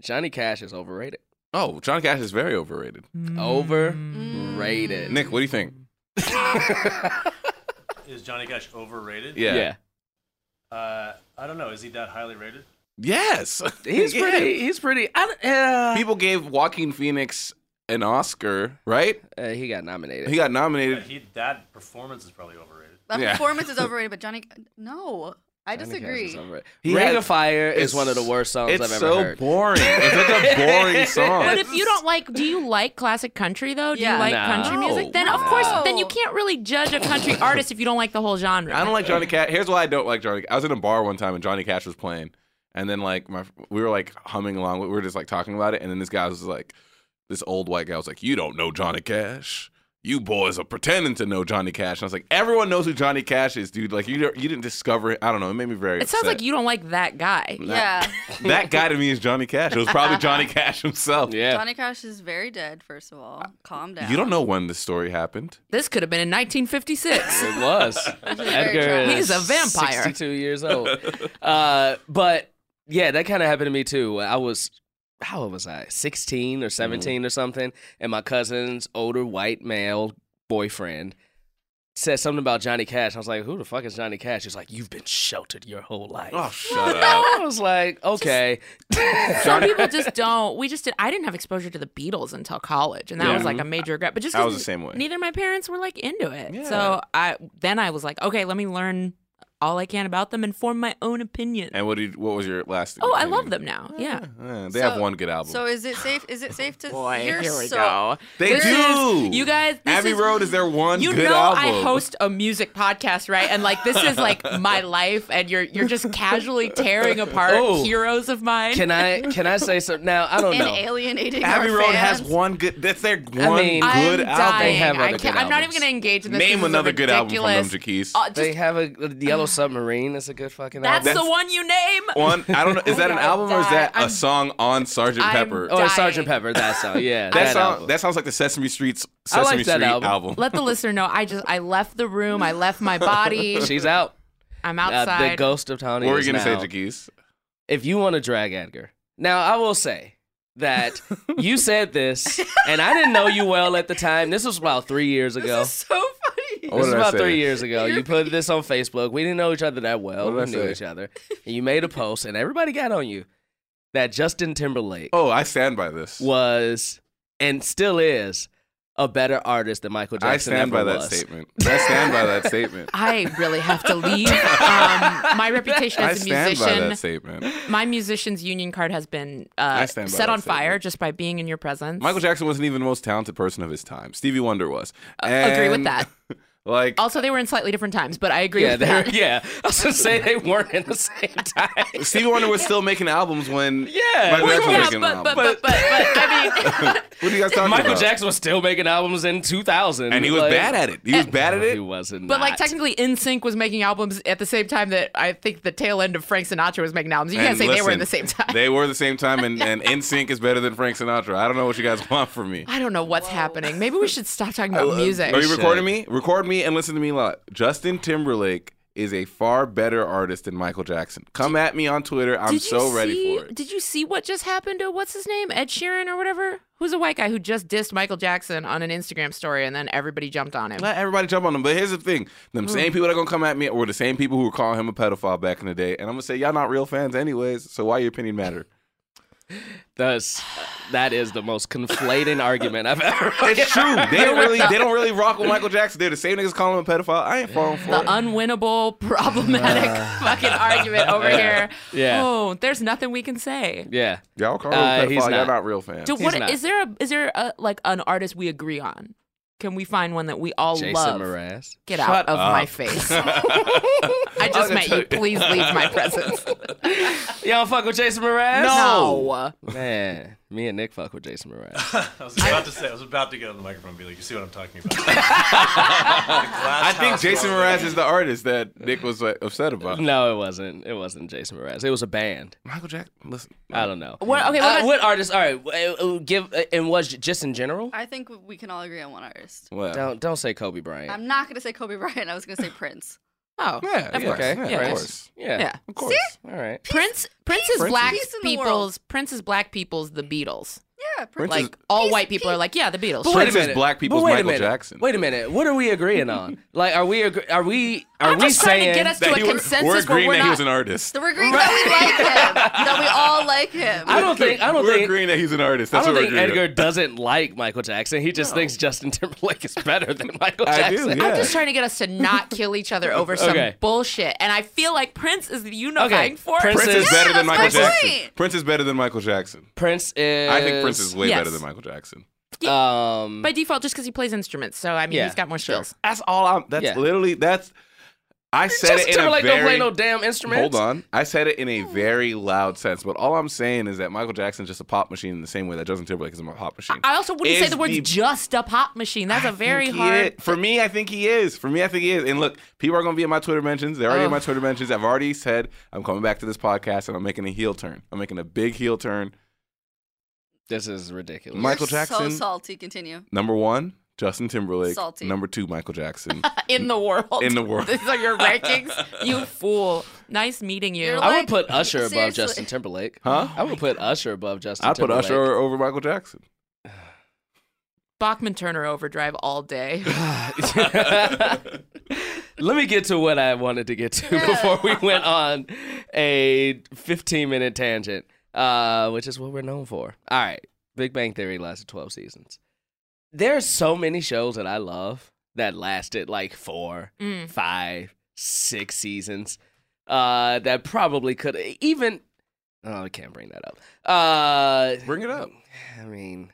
Johnny Cash is overrated. Oh, John Cash is very overrated. Mm. Overrated. Nick, what do you think? Is Johnny Cash overrated? Yeah. yeah. Uh, I don't know. Is he that highly rated? Yes. He's Yeah. pretty. He's pretty. I, don't- uh, People gave Joaquin Phoenix an Oscar, right? uh, he got nominated. He got Yeah, nominated. he that performance is probably overrated. That Yeah. performance is overrated, but Johnny, no, I Johnny Cash disagree. is overrated. He Ring had- of Fire It's- is one of the worst songs it's I've ever so heard. boring. It's such a boring song. But if you don't like, do you like classic country though? Do Yeah. you like No. country music? Then of No. course, then you can't really judge a country artist if you don't like the whole genre. I don't like Johnny Cash. Here's why I don't like Johnny. I was in a bar one time and Johnny Cash was playing, and then like my we were like humming along. We were just like talking about it, and then this guy was like, this old white guy was like, "You don't know Johnny Cash." You boys are pretending to know Johnny Cash. And I was like, everyone knows who Johnny Cash is, dude. Like, you don't- you didn't discover it. I don't know. It made me very It sounds upset. like you don't like that guy. Yeah, That guy to me is Johnny Cash. It was probably Johnny Cash himself. Yeah. Johnny Cash is very dead. First of all, calm down. You don't know when this story happened. This could have been in 1956. It was. Edgar tragic. is He's a vampire. 62 years old. Uh, but yeah, that kind of happened to me too. I was, how old was I? 16 or 17 or something. And my cousin's older white male boyfriend said something about Johnny Cash. I was like, who the fuck is Johnny Cash? He's like, you've been sheltered your whole life. Oh, shut up. I was like, okay. Some people just don't. We just did. I didn't have exposure to the Beatles until college, and that Yeah. was like a major regret. But just I 'cause was the same way. Neither of my parents were like into it, Yeah. so I then I was like, okay, let me learn all I can about them and form my own opinion. And what did you, what was your last? oh, I opinion? love them now. Yeah. Eh, they So- have one good album. So is it safe? Is it safe to? Boy, you're here we so- go. They This do. is- you guys, this Abbey is- Road is their one You good know album. I host a music podcast, right? And like this is like my life, and you're you're just casually tearing apart Oh. heroes of mine. Can I can I say something? Now, Oh, I don't And know. alienating Abbey our Road fans. has one good. That's their one mean- good I'm album. dying. have I other can't, good I'm not albums. even going to engage in this. Name This is a another good album from them, ridiculous- Jaquise. Uh, just- They have a the Yellow Submarine. It's a good fucking that's, album. the one you name. one. I don't know. Is that an God, album or is that die. a song on Sergeant I'm Pepper? dying. oh, Sergeant Pepper. That song. Yeah. that, sound- album. that sounds like the Sesame Street's I Sesame like that Street album. Let the listener know. I just I left the room. I left my body. She's out. I'm Uh, outside. the ghost of Tony. What were is you gonna now- say, Jaquise? If you want to drag Edgar, now I will say that you said this, and I didn't know you well at the time. This was about three years ago. This is so funny. What This is did I about say? three years ago. You put this on Facebook. We didn't know each other that well. What We did I knew say? each other. And you made a post, and everybody got on you that Justin Timberlake Oh, I stand by this. was and still is a better artist than Michael Jackson I stand by ever that was. statement. I stand by that statement. I really have to leave. Um, my reputation I as a stand by musician, that statement. my musician's union card has been I uh, stand by set that on fire statement. just by being in your presence. Michael Jackson wasn't even the most talented person of his time. Stevie Wonder was. agree with And, that. Like, Also, they were in slightly different times, but I agree Yeah, with they were, that. yeah. I was gonna say they weren't in the same time. Stevie Wonder was still making albums when Yeah. Michael Well, Jackson was yeah, making but, an but, album. but, but, but, I mean, what are you guys talking Michael about? Jackson was still making albums in 2000, And he was like- bad at it. He was bad at He it. wasn't. but like technically, NSYNC was making albums at the same time that I think the tail end of Frank Sinatra was making albums. You And can't say they were listen, in the same time. They were the same time, and, and NSYNC is better than Frank Sinatra. I don't know what you guys want from me. uh, I don't know what's happening. Maybe we should stop talking about music. Are you Shit. recording me? Record me and listen to me a lot. Justin Timberlake is a far better artist than Michael Jackson. Come at me on Twitter. I'm Did you so ready see- for it. Did you see what just happened to what's his name? Ed Sheeran or whatever? Who's a white guy who just dissed Michael Jackson on an Instagram story and then everybody jumped on him. Let everybody jump on them. But here's the thing: Hmm. them same people that gonna come at me were the same people who were calling him a pedophile back in the day. And I'm gonna say y'all not real fans, anyways. So why your opinion matter? That's that is the most conflating argument I've ever. It's true. They don't really they don't really rock with Michael Jackson. They're the same niggas calling him a pedophile. I ain't falling for the it. unwinnable, problematic fucking argument over here. Yeah. Oh, there's nothing we can say. Yeah. Y'all calling him Uh, a pedophile. he's Y'all not. not real fans. So what not. is there a is there a like an artist we agree on? Can we find one that we all Jason love? Mraz. Get out of my face. I just met you. Please leave my presence. Y'all fuck with Jason Mraz? No. Man, me and Nick fuck with Jason Mraz. I was about to say. I was about to get on the microphone and be like, "You see what I'm talking about?" I I think Jason Mraz is the artist that Nick was like, upset about. no, it wasn't. It wasn't Jason Mraz. It was a band. Michael Jackson. Listen, I don't know. What, Uh, okay, what about- what artists? All right, w- uh, uh, give uh, and was just in general. I think we can all agree on one artist. well, Don't don't say Kobe Bryant. I'm not gonna say Kobe Bryant. I was gonna say Prince. oh, yeah, of yeah, course. yeah, Yeah. of course, yeah. yeah. of course. All right. Prince Prince is Prince black is- Peace in the people's Prince is black people's the Beatles. Yeah, Prince Prince. is- Like all Peace- white people are like, yeah, the Beatles. Prince is Wait a minute. black But people's wait a Michael minute. Jackson. Wait a minute. What are we agreeing on? like, are we agree- are we are I'm we just trying to saying get us to a That he was- consensus we're where agreeing we're that he not- was an artist. so we're agreeing that we like him. That we all like him. I don't think I don't we're think agreeing that he's an artist. I That's don't what think we're agreeing. Edgar doesn't like Michael Jackson. He just thinks Justin Timberlake is better than Michael I do, Jackson. yeah. I'm just trying to get us to not kill each other over some Okay. bullshit. And I feel like Prince is the unifying Okay, force. Prince Prince is Yeah, better that's than Michael my Jackson. point. Prince is better than Michael Jackson. Prince is. I think Prince is way Yes. better than Michael Jackson. Um, by default just because he plays instruments. So I mean, Yeah, he's got more skills. That's all I'm. That's Yeah. literally. That's. I said Justin it in a Timberlake very. don't play no damn instruments. Hold on. I said it in a very loud sense, but all I'm saying is that Michael Jackson's just a pop machine in the same way that Justin Timberlake is a pop machine. I also wouldn't say Is the word's the- just a pop machine. That's a very think he hard. is- For me, I think he is. For me, I think he is. And look, people are going to be in my Twitter mentions. They're already in my Twitter mentions. I've already said I'm coming back to this podcast and I'm making a heel turn. I'm making a big heel turn. This is ridiculous. My- Michael You're Jackson- So salty. Continue. Number one, Justin Timberlake. Salty. Number two, Michael Jackson. In the world. In the world. These are your rankings. You fool. Nice meeting you. You're I would like- put Usher above seriously. Justin Timberlake. Huh? I would put Usher above Justin. I put Timberlake. Usher over Michael Jackson. Bachman Turner overdrive all day. Let me get to what I wanted to get to Yeah. before we went on a 15 minute tangent, uh, which is what we're known for. All right. Big Bang Theory lasted 12 seasons. There are so many shows that I love that lasted like four, Mm-hmm. Mm. five, six seasons uh, that probably could even. Oh, I can't bring that up. Uh, Bring it up. I mean,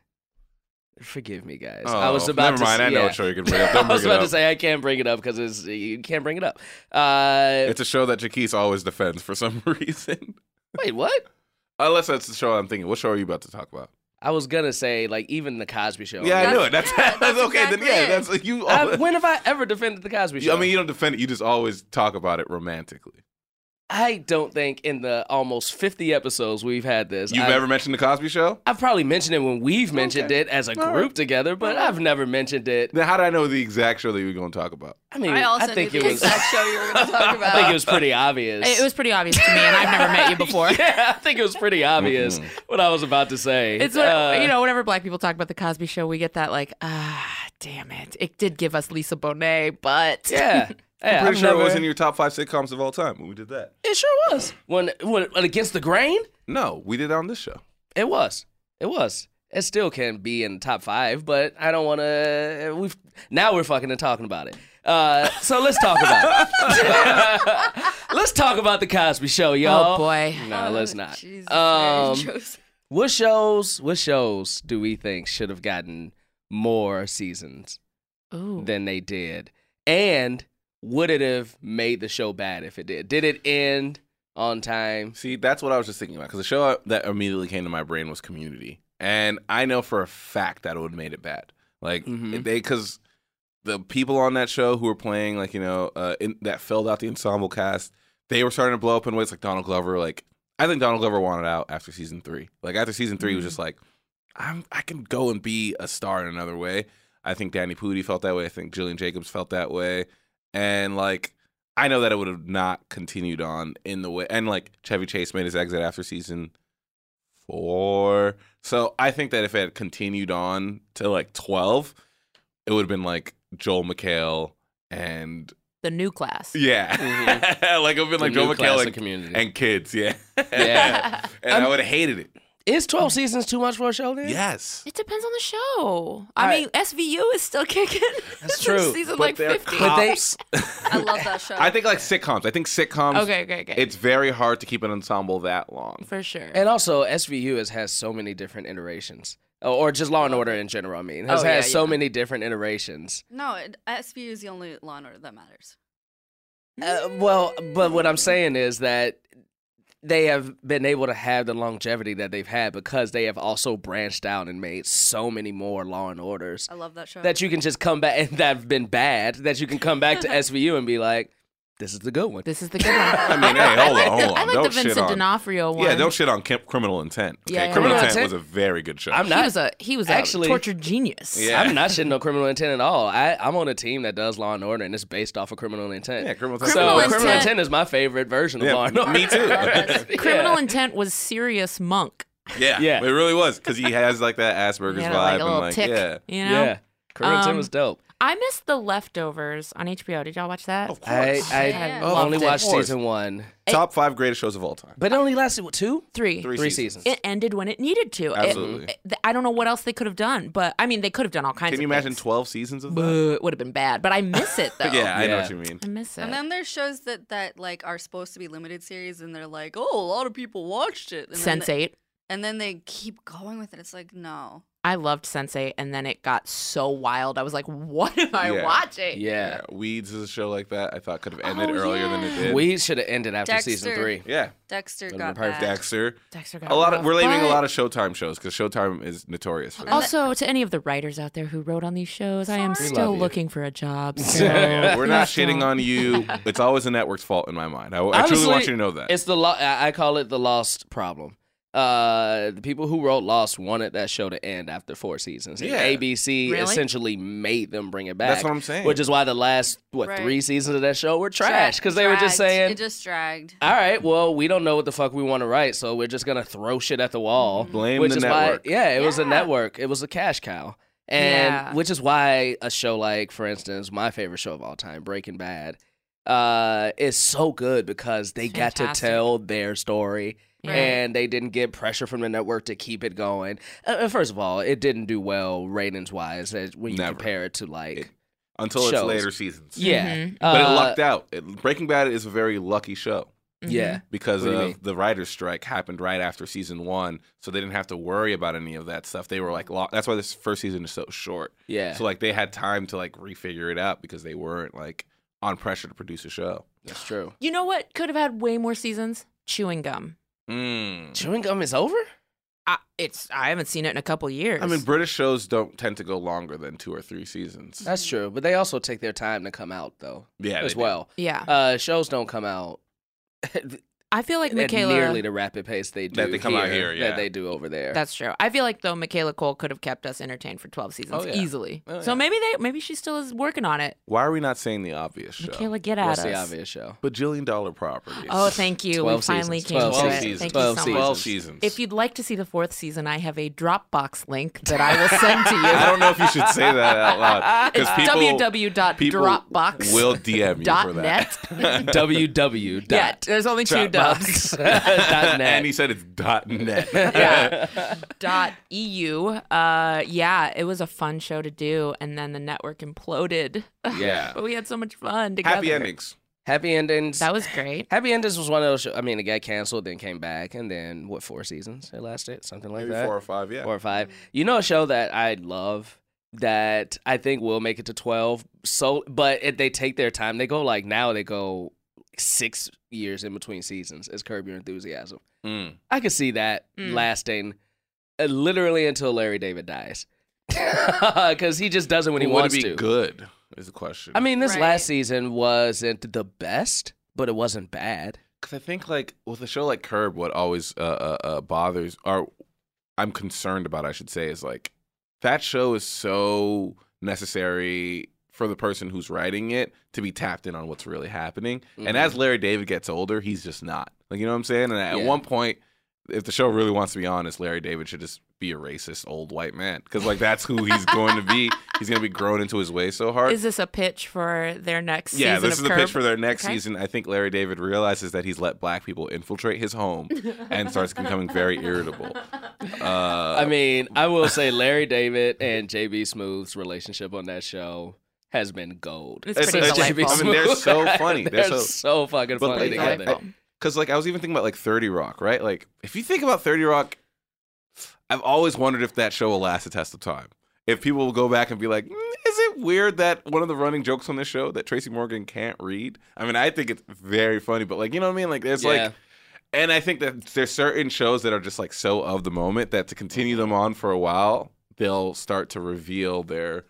forgive me, guys. Oh, I was about never to mind. say, I know yeah. what show you can bring up. Don't I was bring it about up. to say I can't bring it up because it's you can't bring it up. Uh, it's a show that Jaquise always defends for some reason. wait, what? Unless that's the show I'm thinking. What show are you about to talk about? I was gonna say like even the Cosby Show. yeah, I that's- knew it. That's, yeah, that's that's okay. exactly then yeah, it. that's you. I- Always, when have I ever defended the Cosby Show? I mean, you don't defend it. You just always talk about it romantically. I don't think in the almost fifty episodes we've had this. You've I, never mentioned the Cosby Show. I've probably mentioned it when we've mentioned Okay. it as a All right. group together, but I've never mentioned it. Then how did I know the exact show that you were going to talk about? I mean, I also think knew it the was. exact show you were going to talk about. I think it was pretty obvious. It was pretty obvious to me, and I've never met you before. yeah, I think it was pretty obvious Mm-hmm. what I was about to say. It's what, Uh, you know, whenever black people talk about the Cosby Show, we get that like, ah, damn it. It did give us Lisa Bonet, but Yeah. Yeah, I'm pretty I've sure it was never- in your top five sitcoms of all time when we did that. It sure was. When, when, when Against the Grain, No, we did it on this show. it was. It was. It still can be in the top five, but I don't want to. We've now we're fucking talking about it. Uh, so let's talk about it. let's talk about the Cosby Show, y'all. oh boy. No, let's not. Jesus, Mary um, Joseph. what shows? What shows do we think should have gotten more seasons Ooh. than they did? And would it have made the show bad if it did? Did it end on time? See, that's what I was just thinking about because the show that immediately came to my brain was Community, and I know for a fact that it would have made it bad. Like Mhm. they, because the people on that show who were playing, like you know, uh, in, that filled out the ensemble cast, they were starting to blow up in ways like Donald Glover. Like I think Donald Glover wanted out after season three. Like after season 3 he was just like, I'm I can go and be a star in another way. I think Danny Pudi felt that way. I think Jillian Jacobs felt that way, and like. I know that it would have not continued on in the way. And like Chevy Chase made his exit after season four. So I think that if it had continued on to like 12, it would have been like Joel McHale and The new class. yeah. like it would have been like The new Joel class McHale of and, community. and kids. Yeah. Um, Yeah. and I would have hated it. Is 12 seasons too much for a show then? Yes. It depends on the show. I All mean, SVU is still kicking. That's true, Season But like they're 50. cops. I love that show. I think like sitcoms. I think sitcoms. okay, okay, okay. It's very hard to keep an ensemble that long. for sure. And also, SVU has, has so many different iterations, or, or just Law and Order in general. I mean, has Oh, had yeah, so yeah. many different iterations. no, it, SVU is the only law and order that matters. Uh, well, but what I'm saying is that they have been able to have the longevity that they've had because they have also branched out and made so many more Law and Orders I love that show. that you can just come back and that have been bad that you can come back to SVU and be like, "This is the good one." this is the good one. I mean, hey, I hold like on, the, hold I on. like Don't the Oh, shit Vincent on- D'Onofrio one. Yeah, don't shit on Kim- Criminal Intent. Okay, Yeah, yeah, Criminal yeah. Intent Criminal was a very good show. I'm He not was a he was Actually- a tortured genius. Yeah. I'm not shitting no criminal intent at all. I, I'm on a team that does Law and Order, and it's based off of criminal intent. Yeah, Criminal so Intent. criminal Criminal intent. Intent- is my favorite version of Yeah, Law and Order. me too. Yeah. Criminal intent was serious monk. yeah, Yeah. it really was because he has like that Asperger's He had, vibe like a and little like tick. yeah. You know? Yeah, criminal intent Um, was dope. I missed the leftovers on HBO. Did y'all watch that? Of I, course. I Yeah. Oh, only of watched course. season one, Top five greatest shows of all time. but it only lasted what, two, Three. Three three seasons. seasons. It ended when it needed to. It- Absolutely. It, th- I don't know what else they could have done, but I mean, they could have done all kinds. Can you of imagine things. twelve seasons of that? Boo, it would have been bad, but I miss it though. Yeah, I know Yeah. what you mean. I miss it. and then there's shows that that like are supposed to be limited series, and they're like, oh, a lot of people watched it. And Sense Then they, eight. and then they keep going with it. It's like no. I loved Sense eight, and then it got so wild. I was like, "What am I Yeah. watching?" yeah, Weeds is a show like that. I thought could have ended Oh, earlier than it yeah. did. we should have ended after season Dexter. three. yeah, Dexter That'd got be perfect. back. Dexter. Dexter got A lot of rough, we're leaving a but- lot of Showtime shows because Showtime is notorious for that. Oh, Also, to any of the writers out there who wrote on these shows, I am Sorry. We still love you. looking for a job. So Yeah, we're not please shitting don't. on you. It's always the network's fault in my mind. I, I truly Honestly, want you to know that. It's the lo- I I call it the lost problem. Uh, the people who wrote Lost wanted that show to end after four seasons. And Yeah. ABC Really? essentially made them bring it back. That's what I'm saying. Which is why the last what Right. three seasons of that show were trash because they were Dragged. just saying, it just dragged. "All right, well, we don't know what the fuck we want to write, so we're just gonna throw shit at the wall." Blame which the is network. why, yeah, it was a Yeah. network. It was a cash cow, and Yeah. which is why a show like, for instance, my favorite show of all time, Breaking Bad, uh, is so good because they got to Fantastic. tell their story. Yeah. And they didn't get pressure from the network to keep it going. Uh, Uh, first of all, it didn't do well ratings wise when you Never. compare it to like It- Until it's shows. later seasons. yeah, Mhm. But it Uh, lucked out. It, Breaking Bad is a very lucky show. Mhm. Yeah, because What do you mean? of the writers' strike happened right after season one, so they didn't have to worry about any of that stuff. They were like, lo- that's why this first season is so short. yeah. So like they had time to like refigure it out because they weren't like on pressure to produce a show. That's true. You know what could have had way more seasons? Chewing gum. Mm. Chewing gum is over? I, it's I haven't seen it in a couple years. I mean, British shows don't tend to go longer than two or three seasons. Mm. That's true. But they also take their time to come out, though, yeah, they as do. well. yeah. Uh, shows don't come out I feel like at Michaela. nearly the rapid pace they do That they come out here, yeah. that they do over there. that's true. I feel like though Michaela Cole could have kept us entertained for twelve seasons Oh, yeah. easily. Oh, So yeah. maybe they maybe she still is working on it. Why are we not saying the obvious show? Michaela, get at What's us. the obvious show? Bajillion dollar properties. Oh, thank you. We 12 finally seasons. came 12 to it. seasons. Thank 12 you so seasons. much. 12 seasons. If you'd like to see the fourth season, I have a Dropbox link that I will send to you. I don't know if you should say that out loud. 'cause It's people- people www.dropbox.net. Will DM you for that. www. yeah, there's only two dubs. dot And he net. said it's dot net. yeah. dot eu. Uh, yeah, it was a fun show to do, and then the network imploded. Yeah. but we had so much fun together. Happy endings. Happy endings. That was great. Happy endings was one of those. Show- I mean, it got canceled, then came back, and then what? Four seasons it lasted, something like Maybe that. four or five, yeah. Four or five. You know, a show that I love that I think will make it to twelve. So, but it, they take their time. They go like now. They go six years in between seasons. Is Curb Your Enthusiasm? Mm. I could see that Mm. lasting uh, literally until Larry David dies, because he just does it when he Would wants it be to. good is the question. I mean, this Right. last season wasn't the best, but it wasn't bad. because I think like with a show like Curb, what always uh, uh, uh, bothers or I'm concerned about, I should say, is like that show is so necessary for the person who's writing it to be tapped in on what's really happening. Mhm. And as Larry David gets older, he's just not. Like you know what I'm saying? And at Yeah. one point, if the show really wants to be honest, Larry David should just be a racist old white man because like that's who he's going to be. He's going to be grown into his way so hard. Is this a pitch for their next Yeah, season this is of the Curb? pitch for their next Okay. season. I think Larry David realizes that he's let black people infiltrate his home and starts becoming very irritable. Uh, I mean, I will say Larry David and JB Smooth's relationship on that show has been gold. It's pretty it's just- delightful. I mean, they're so Smooth. funny. They're, They're so- so fucking But, uh, funny like, I- together. Delightful. because like I was even thinking about like Thirty Rock, right? Like if you think about Thirty Rock, I've always wondered if that show will last the test of time. If people will go back and be like, "Mm, is it weird that one of the running jokes on this show that Tracy Morgan can't read? I mean, I think it's very funny, but like you know what I mean? Like there's Yeah. like. And I think that there's certain shows that are just like so of the moment that to continue them on for a while, they'll start to reveal their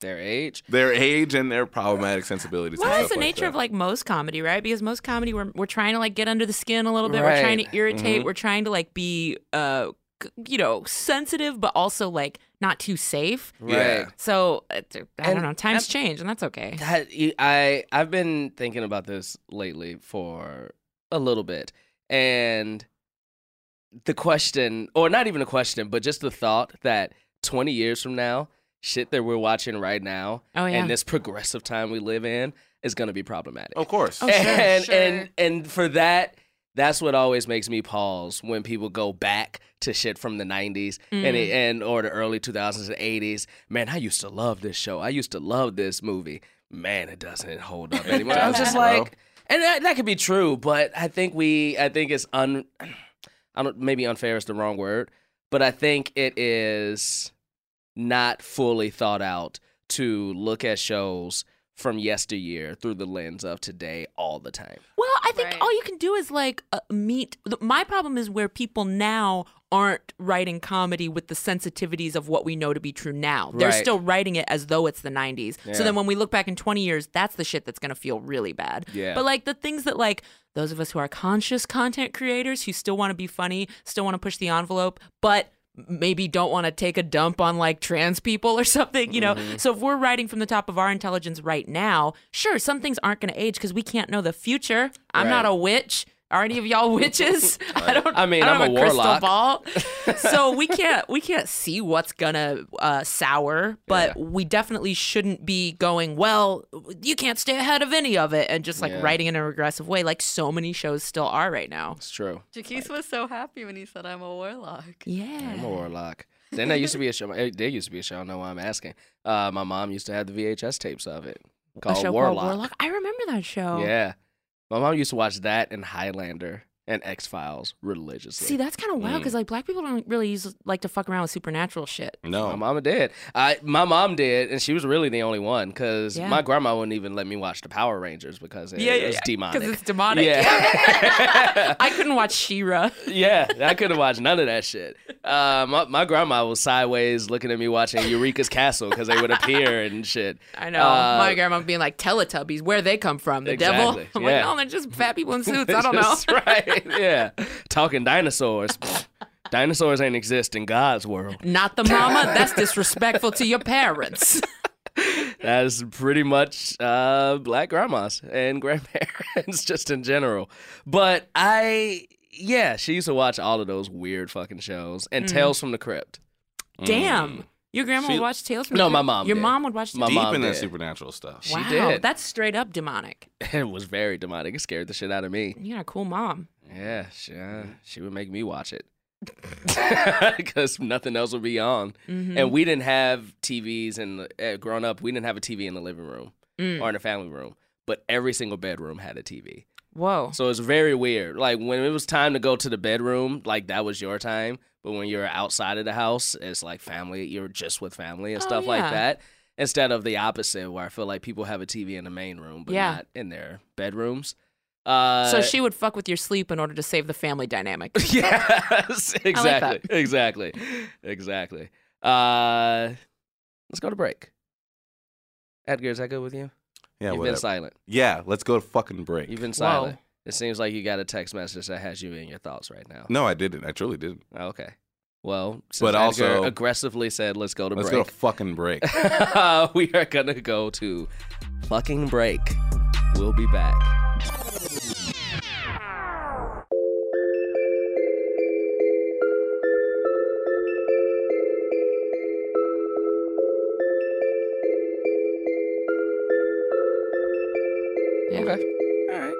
Their age. their age and their problematic sensibilities. and Well, that's stuff the nature that. of like most comedy, right? Because most comedy, we're we're trying to like get under the skin a little bit. Right. We're trying to irritate. Mhm. We're trying to like be, uh, c- you know, sensitive, but also like not too safe. Right. Yeah. So uh, I And- don't know. Times change, and that's okay. That I I've been thinking about this lately for a little bit, and the question, or not even a question, but just the thought that 20 years from now, shit that we're watching right now, Oh yeah. and this progressive time we live in, is going to be problematic. Of course. Oh, sure, and sure. and and for that that's what always makes me pause when people go back to shit from the 90s and Mm. and or the early 2000s and 80s man i used to love this show i used to love this movie man it doesn't hold up anymore i'm just doesn't, like and that, that could be true but i think we i think it's un i don't maybe unfair is the wrong word but i think it is not fully thought out to look at shows from yesteryear through the lens of today all the time. Well, I think Right. all you can do is like uh, meet. th- My problem is where people now aren't writing comedy with the sensitivities of what we know to be true now. They're Right. still writing it as though it's the 90s. Yeah. So then when we look back in 20 years, that's the shit that's going to feel really bad. Yeah. But like the things that like those of us who are conscious content creators who still want to be funny, still want to push the envelope, but maybe don't want to take a dump on like trans people or something, you know. Mm-hmm. So if we're writing from the top of our intelligence right now, sure, some things aren't going to age because we can't know the future. I'm not Right. a witch. Are any of y'all witches? I don't. I mean, I I'm don't a have crystal warlock. ball. so we can't we can't see what's gonna uh, sour, but we definitely shouldn't be going. Well, you can't stay ahead of any of it, and just like Yeah. writing in a regressive way, like so many shows still are right now. It's true. Jaquise was so happy when he said, I'm a warlock. I'm a Yeah. warlock. Then there used to be a show. eh, There used to be a show. I don't know why I'm asking. Uh, my mom used to have the VHS tapes of it A called show Warlock. called Warlock. I remember that show. Yeah, my mom used to watch that and Highlander and X Files religiously. See, that's kind of Hmm. wild because like black people don't really use like to fuck around with supernatural shit. my No. mama did. I my mom did, and she was really the only one because Yeah. my grandma wouldn't even let me watch the Power Rangers because it, it was demonic. Because it's demonic. Yeah. I couldn't watch Shira. Yeah, I couldn't watch none of that shit. Uh, my, my grandma was sideways looking at me watching Eureka's Castle because they would appear and shit. I know. Uh, My grandma being like, Teletubbies, where they come from? The devil? Exactly, I'm yeah. like, no, they're just fat people in suits. I don't know. That's right. Yeah. Talking dinosaurs. dinosaurs ain't exist in God's world. Not the mama. That's disrespectful to your parents. That's pretty much uh, black grandmas and grandparents just in general. But I, yeah, she used to watch all of those weird fucking shows and Tales from the Crypt. Damn. Your grandma Mm. She- would watch Tales from No, the Crypt? my mom Your did. mom would watch My Deep mom in that did. supernatural stuff. She Wow, did. that's straight up demonic. It was very demonic. It scared the shit out of me. You're a cool mom. Yeah, she, uh, she would make me watch it because nothing else would be on. And we didn't have TVs. And uh, growing up, we didn't have a TV in the living room Mm. or in the family room, but every single bedroom had a TV. Whoa. So it's very weird. Like when it was time to go to the bedroom, like that was your time. But when you're outside of the house, it's like family. You're just with family and Oh, stuff like yeah. that. Instead of the opposite, where I feel like people have a TV in the main room, but Yeah. not in their bedrooms. Uh, so she would fuck with your sleep in order to save the family dynamic. yes, exactly, that. exactly, exactly. Uh, let's go to break. Edgar, is that good with you? Yeah, You've whatever. been silent. yeah, let's go to fucking break. You've been silent. It seems like you got a text message that has you in your thoughts right now. No, I didn't. I truly didn't. Oh, Okay. Well, since But Edgar also- aggressively said, "Let's go to Let's go break." to fucking break. we are gonna go to fucking break. We'll be back. Okay. All right.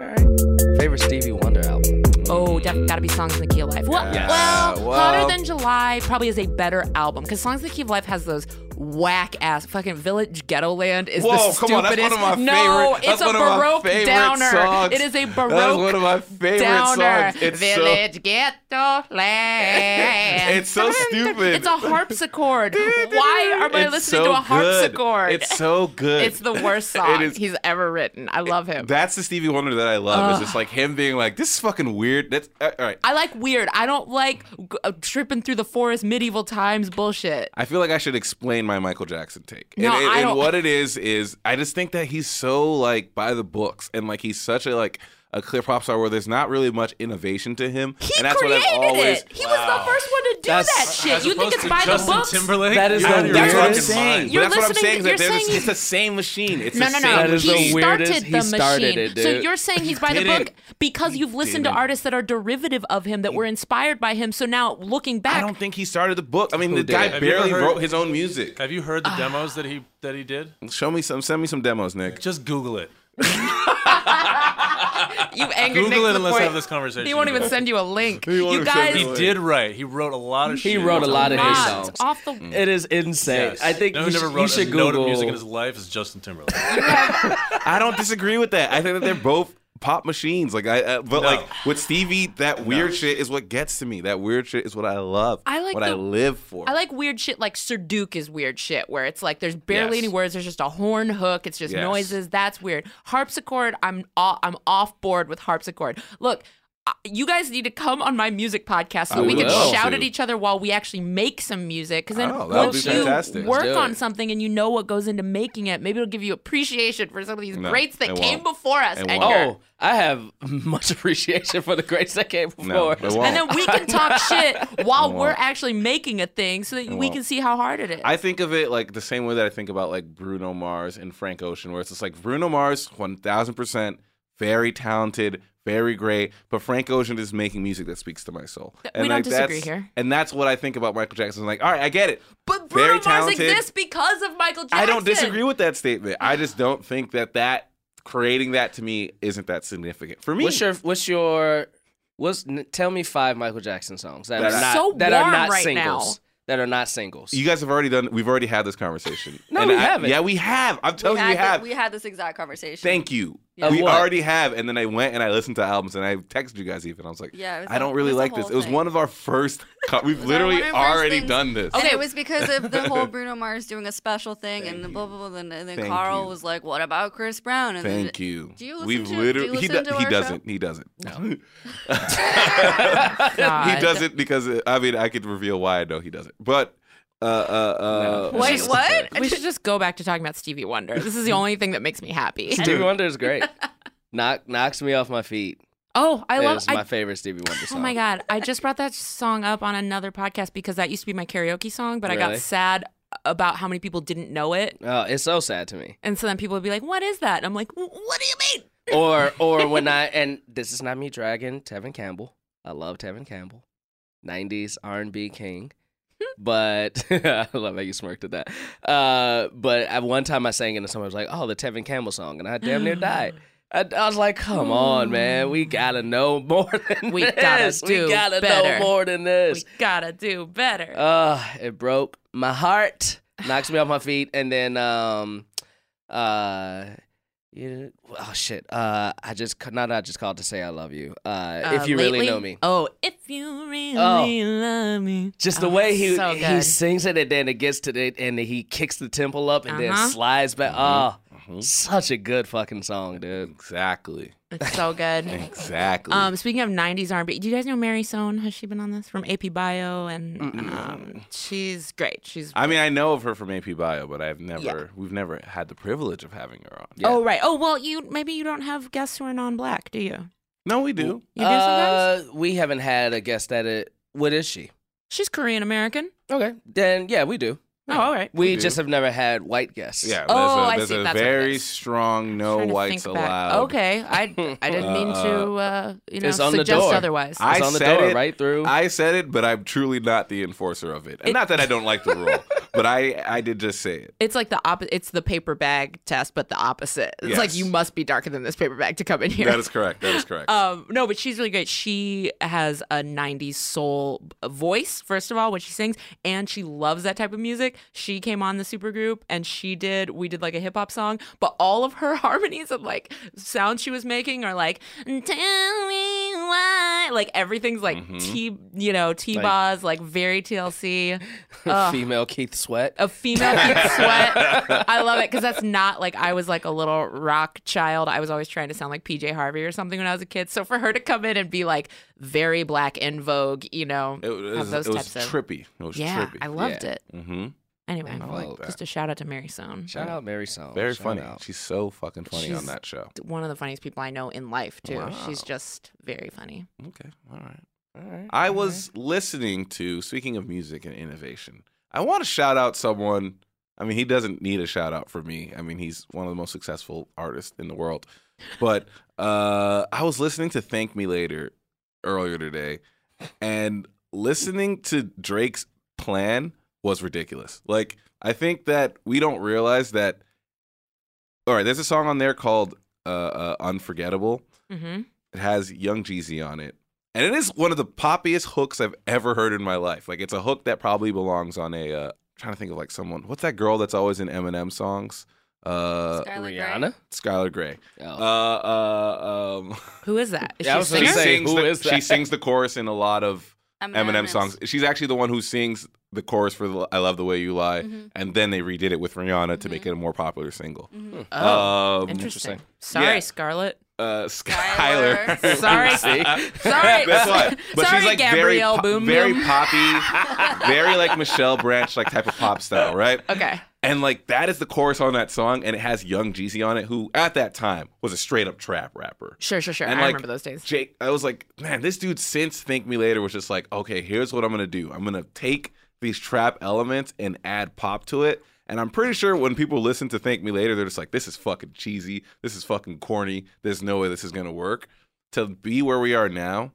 All right. Favorite Stevie Wonder album? oh, def- gotta be Songs in the Key of Life. Well, Yeah, well, well- Hotter Than July probably is a better album because Songs in the Key of Life has those whack ass fucking Village Ghetto Land is the Whoa, stupidest. come on, that's one of my no, favorite. it's that's a one of my baroque favorite downer. Songs. It is a baroque That's one of my favorite downer. songs. It's so, Village Ghetto Land. It's so stupid. It's a harpsichord. Why are we It's listening so to a good. harpsichord? It's so good. It's the worst song is- he's ever written. I love him. That's the Stevie Wonder that I love. It's just like him being like, "This is fucking weird." That's uh, all right. I like weird. I don't like g- uh, tripping through the forest medieval times bullshit. I feel like I should explain my Michael Jackson take. No, and, and- I and don't- what it is is I just think that he's so like by the books and like he's such a like a clear pop star where there's not really much innovation to him. He and that's what created I've always it. He was the first one to do That's- that shit. As You think opposed it's to by the Justin books? Timberlake? That is You're the out of your That's what I'm fucking weirdest- saying. mind. But You're that's what I'm listening- saying. is that you're there's- saying- it's the same machine. It's No, the no, same no. That is the He machine. weirdest- started he the started machine. it, So dude. you're saying he's by the didn't. book because you've listened to artists that are derivative of him that were inspired by him. So now looking I back, don't think he started the book. I mean, the did? guy Have you ever barely heard- wrote his own music. Have you heard Ah. the demos that he that he did? Show me some. Send me some demos, Nick. Just Google it. you've angered Nick Google to it the and let's point- have this conversation. He won't even send you a link. You even send guys, me He a link. did write. He wrote a lot of shit. He wrote a lot of his God, songs. it's off the. It is insane. Mm. Yes. I think no, you, one sh- never you wrote a should note Google of music in his life is Justin Timberlake. I don't disagree with that. I think that they're both pop machines. Like I, uh, but No. like with Stevie, that weird shit is what gets to me. That weird shit is what I love. I like what I the- live for. I like weird shit like Sir Duke is weird shit where it's like there's barely Yes. any words, there's just a horn hook, it's just Yes. noises. That's weird. Harpsichord, I'm off, I'm off board with harpsichord. Look, I- you guys need to come on my music podcast so I we can will. shout to. at each other while we actually make some music. Because then Oh, that would once be you fantastic. work Let's do on it. something and you know what goes into making it, maybe it'll give you appreciation for some of these No, greats that it came won't. before us. It Edgar. won't. Oh, I have much appreciation for the greats that came before. No, us. it won't. And then we can talk shit while Oh. It we're won't. actually making a thing so that we won't. can see how hard it is. I think of it like the same way that I think about like Bruno Mars and Frank Ocean, where it's just like Bruno Mars, one thousand percent, very talented, very great, but Frank Ocean is making music that speaks to my soul. we don't like, disagree that's- here. And that's what I think about Michael Jackson. I'm like, all right, I get it. But Very Bruno Mars talented. exists because of Michael Jackson. I don't disagree with that statement. I just don't think that that creating that to me isn't that significant for me. What's your what's your what's n- tell me five Michael Jackson songs that That are I- not So that are warm not right singles that are not singles. you guys have already done. We've already had this conversation. No, we I- haven't. Yeah, we have. I'm telling you, we had have. the- we had this exact conversation. Thank you. Yeah. we what? already have. And then I went and I listened to albums and I texted you guys even. I was like, Yeah, it was I don't a- really it was a like this. whole It was thing. one of our first. Co- we've was literally one of our first already things. done this. And Okay. it was because of the whole Bruno Mars doing a special thing and the blah blah blah. And then Thank Carl you. was like, "What about Chris Brown?" And Thank you. Do you listen We've to- do you literally he, listen to he our show? doesn't. He doesn't. No. he God. doesn't because uh, I mean I could reveal why I know he doesn't. But uh uh uh Then, Wait, what? we should just go back to talking about Stevie Wonder. This is the only thing that makes me happy. Stevie Wonder is great. Knock knocks me off my feet. Oh, I It love. is my I, favorite Stevie Wonder oh song. my god, I just brought that song up on another podcast because that used to be my karaoke song, but I Really? got sad about how many people didn't know it, Oh, it's so sad to me. and so then people would be like, "What is that?" And I'm like, "Wh- "What do you mean?" Or or when I and this is not me dragging Tevin Campbell. I love Tevin Campbell, '90s R&B king. But I love how you smirked at that. Uh, but at one time I sang it and someone was like, "Oh, the Tevin Campbell song," and I damn near died. I, I was like, "Come on, man, we gotta know more than We this. gotta we do gotta better." know more than this." We gotta do better. Uh, it broke my heart, knocks me off my feet, and then um, uh, you oh shit. Uh, I just ca- not I just called to say I love you. Uh, Uh, if you really lately- know me. Oh. Oh, if you really love me. Just the Oh, way he so he good. sings it and then it gets to it and he kicks the temple up and Uh-huh. then slides back. Oh, Mhm. such a good fucking song, dude. exactly. It's so good. Exactly. Um, speaking of '90s R&B, do you guys know Mary Sohn? Has she been on this from AP Bio? And um, she's great. She's I mean I know of her from AP Bio, but I've never Yeah. we've never had the privilege of having her on. Yeah. oh right. Oh well, you maybe you don't have guests who are non-black, do you? No, we do. You do sometimes. uh, we haven't had a guest at it. What is she? She's Korean American. Okay, then yeah, we do. Oh, all right. We do. just have never had white guests. Yeah, Oh, there's a, I there's see, a that's what it very is. strong no Trying to whites think back. allowed. Okay, I I didn't mean to uh, you know It's on the suggest door. otherwise. I It's on the said door, it, right through. I said it, but I'm truly not the enforcer of it. And It- not that I don't like the rule, but I I did just say it. it's like the opposite. It's the paper bag test, but the opposite. It's like Yes. you must be darker than this paper bag to come in here. That is correct. That is correct. Um, no, but she's really great. She has a 90s soul voice, first of all, when she sings, and she loves that type of music. She came on the supergroup and she did, we did like a hip hop song, but all of her harmonies and like sounds she was making are like, tell me why. Like everything's like T, you know, T Boz, like, very TLC. Ugh Oh. Female Keith Sweat. a female Keith Sweat. I love it because that's not like I was like a little rock child. I was always trying to sound like PJ Harvey or something when I was a kid. So for her to come in and be like very black in Vogue, you know, it was, have those it was types of trippy. It was yeah, trippy. I loved Yeah. it. Mm-hmm. Anyway, like that. just a shout out to Mary Sohn, Shout out Mary Song. Very Shout funny. out. She's so fucking funny on Oh, She's- that show. one of the funniest people I know in life too. Wow. She's just very funny. Okay. All right. I Mm-hmm. was listening to, speaking of music and innovation, I want to shout out someone. I mean, he doesn't need a shout out for me. I mean, he's one of the most successful artists in the world. But uh, I was listening to Thank Me Later earlier today, and listening to Drake's plan was ridiculous. Like, I think that we don't realize that. All right, there's a song on there called uh, uh, Unforgettable. Mm-hmm. It has Young Jeezy on it. And it is one of the poppiest hooks I've ever heard in my life. Like it's a hook that probably belongs on a uh, trying to think of like someone. What's that girl that's always in Eminem songs? Uh Skylar Grey. Rihanna. Skylar Grey. Oh. Uh uh um Who is that? Is Yeah, I she a was singer? gonna say- sings who the, is that? she sings the chorus in a lot of Eminem Eminem's. songs. She's actually the one who sings the chorus for the, I Love the Way You Lie Mhm. and then they redid it with Rihanna to make it a more popular single. Mhm. Oh, um, interesting. interesting. Sorry, Yeah. Scarlett. uh, Skylar. Skylar. Sorry. Sorry. That's why. But Sorry, she's like Gabrielle very, po- Boom very Boom. poppy, very like Michelle Branch like type of pop style, right? Okay. And like that is the chorus on that song, and it has Young Jeezy on it, who at that time was a straight up trap rapper. Sure, sure, sure. And I like, remember those days. Jake, I was like, man, this dude since Think Me Later was just like, okay, here's what I'm gonna do. I'm gonna take these trap elements and add pop to it. And I'm pretty sure when people listen to Thank Me Later, they're just like, this is fucking cheesy. This is fucking corny. There's no way this is gonna work. To be where we are now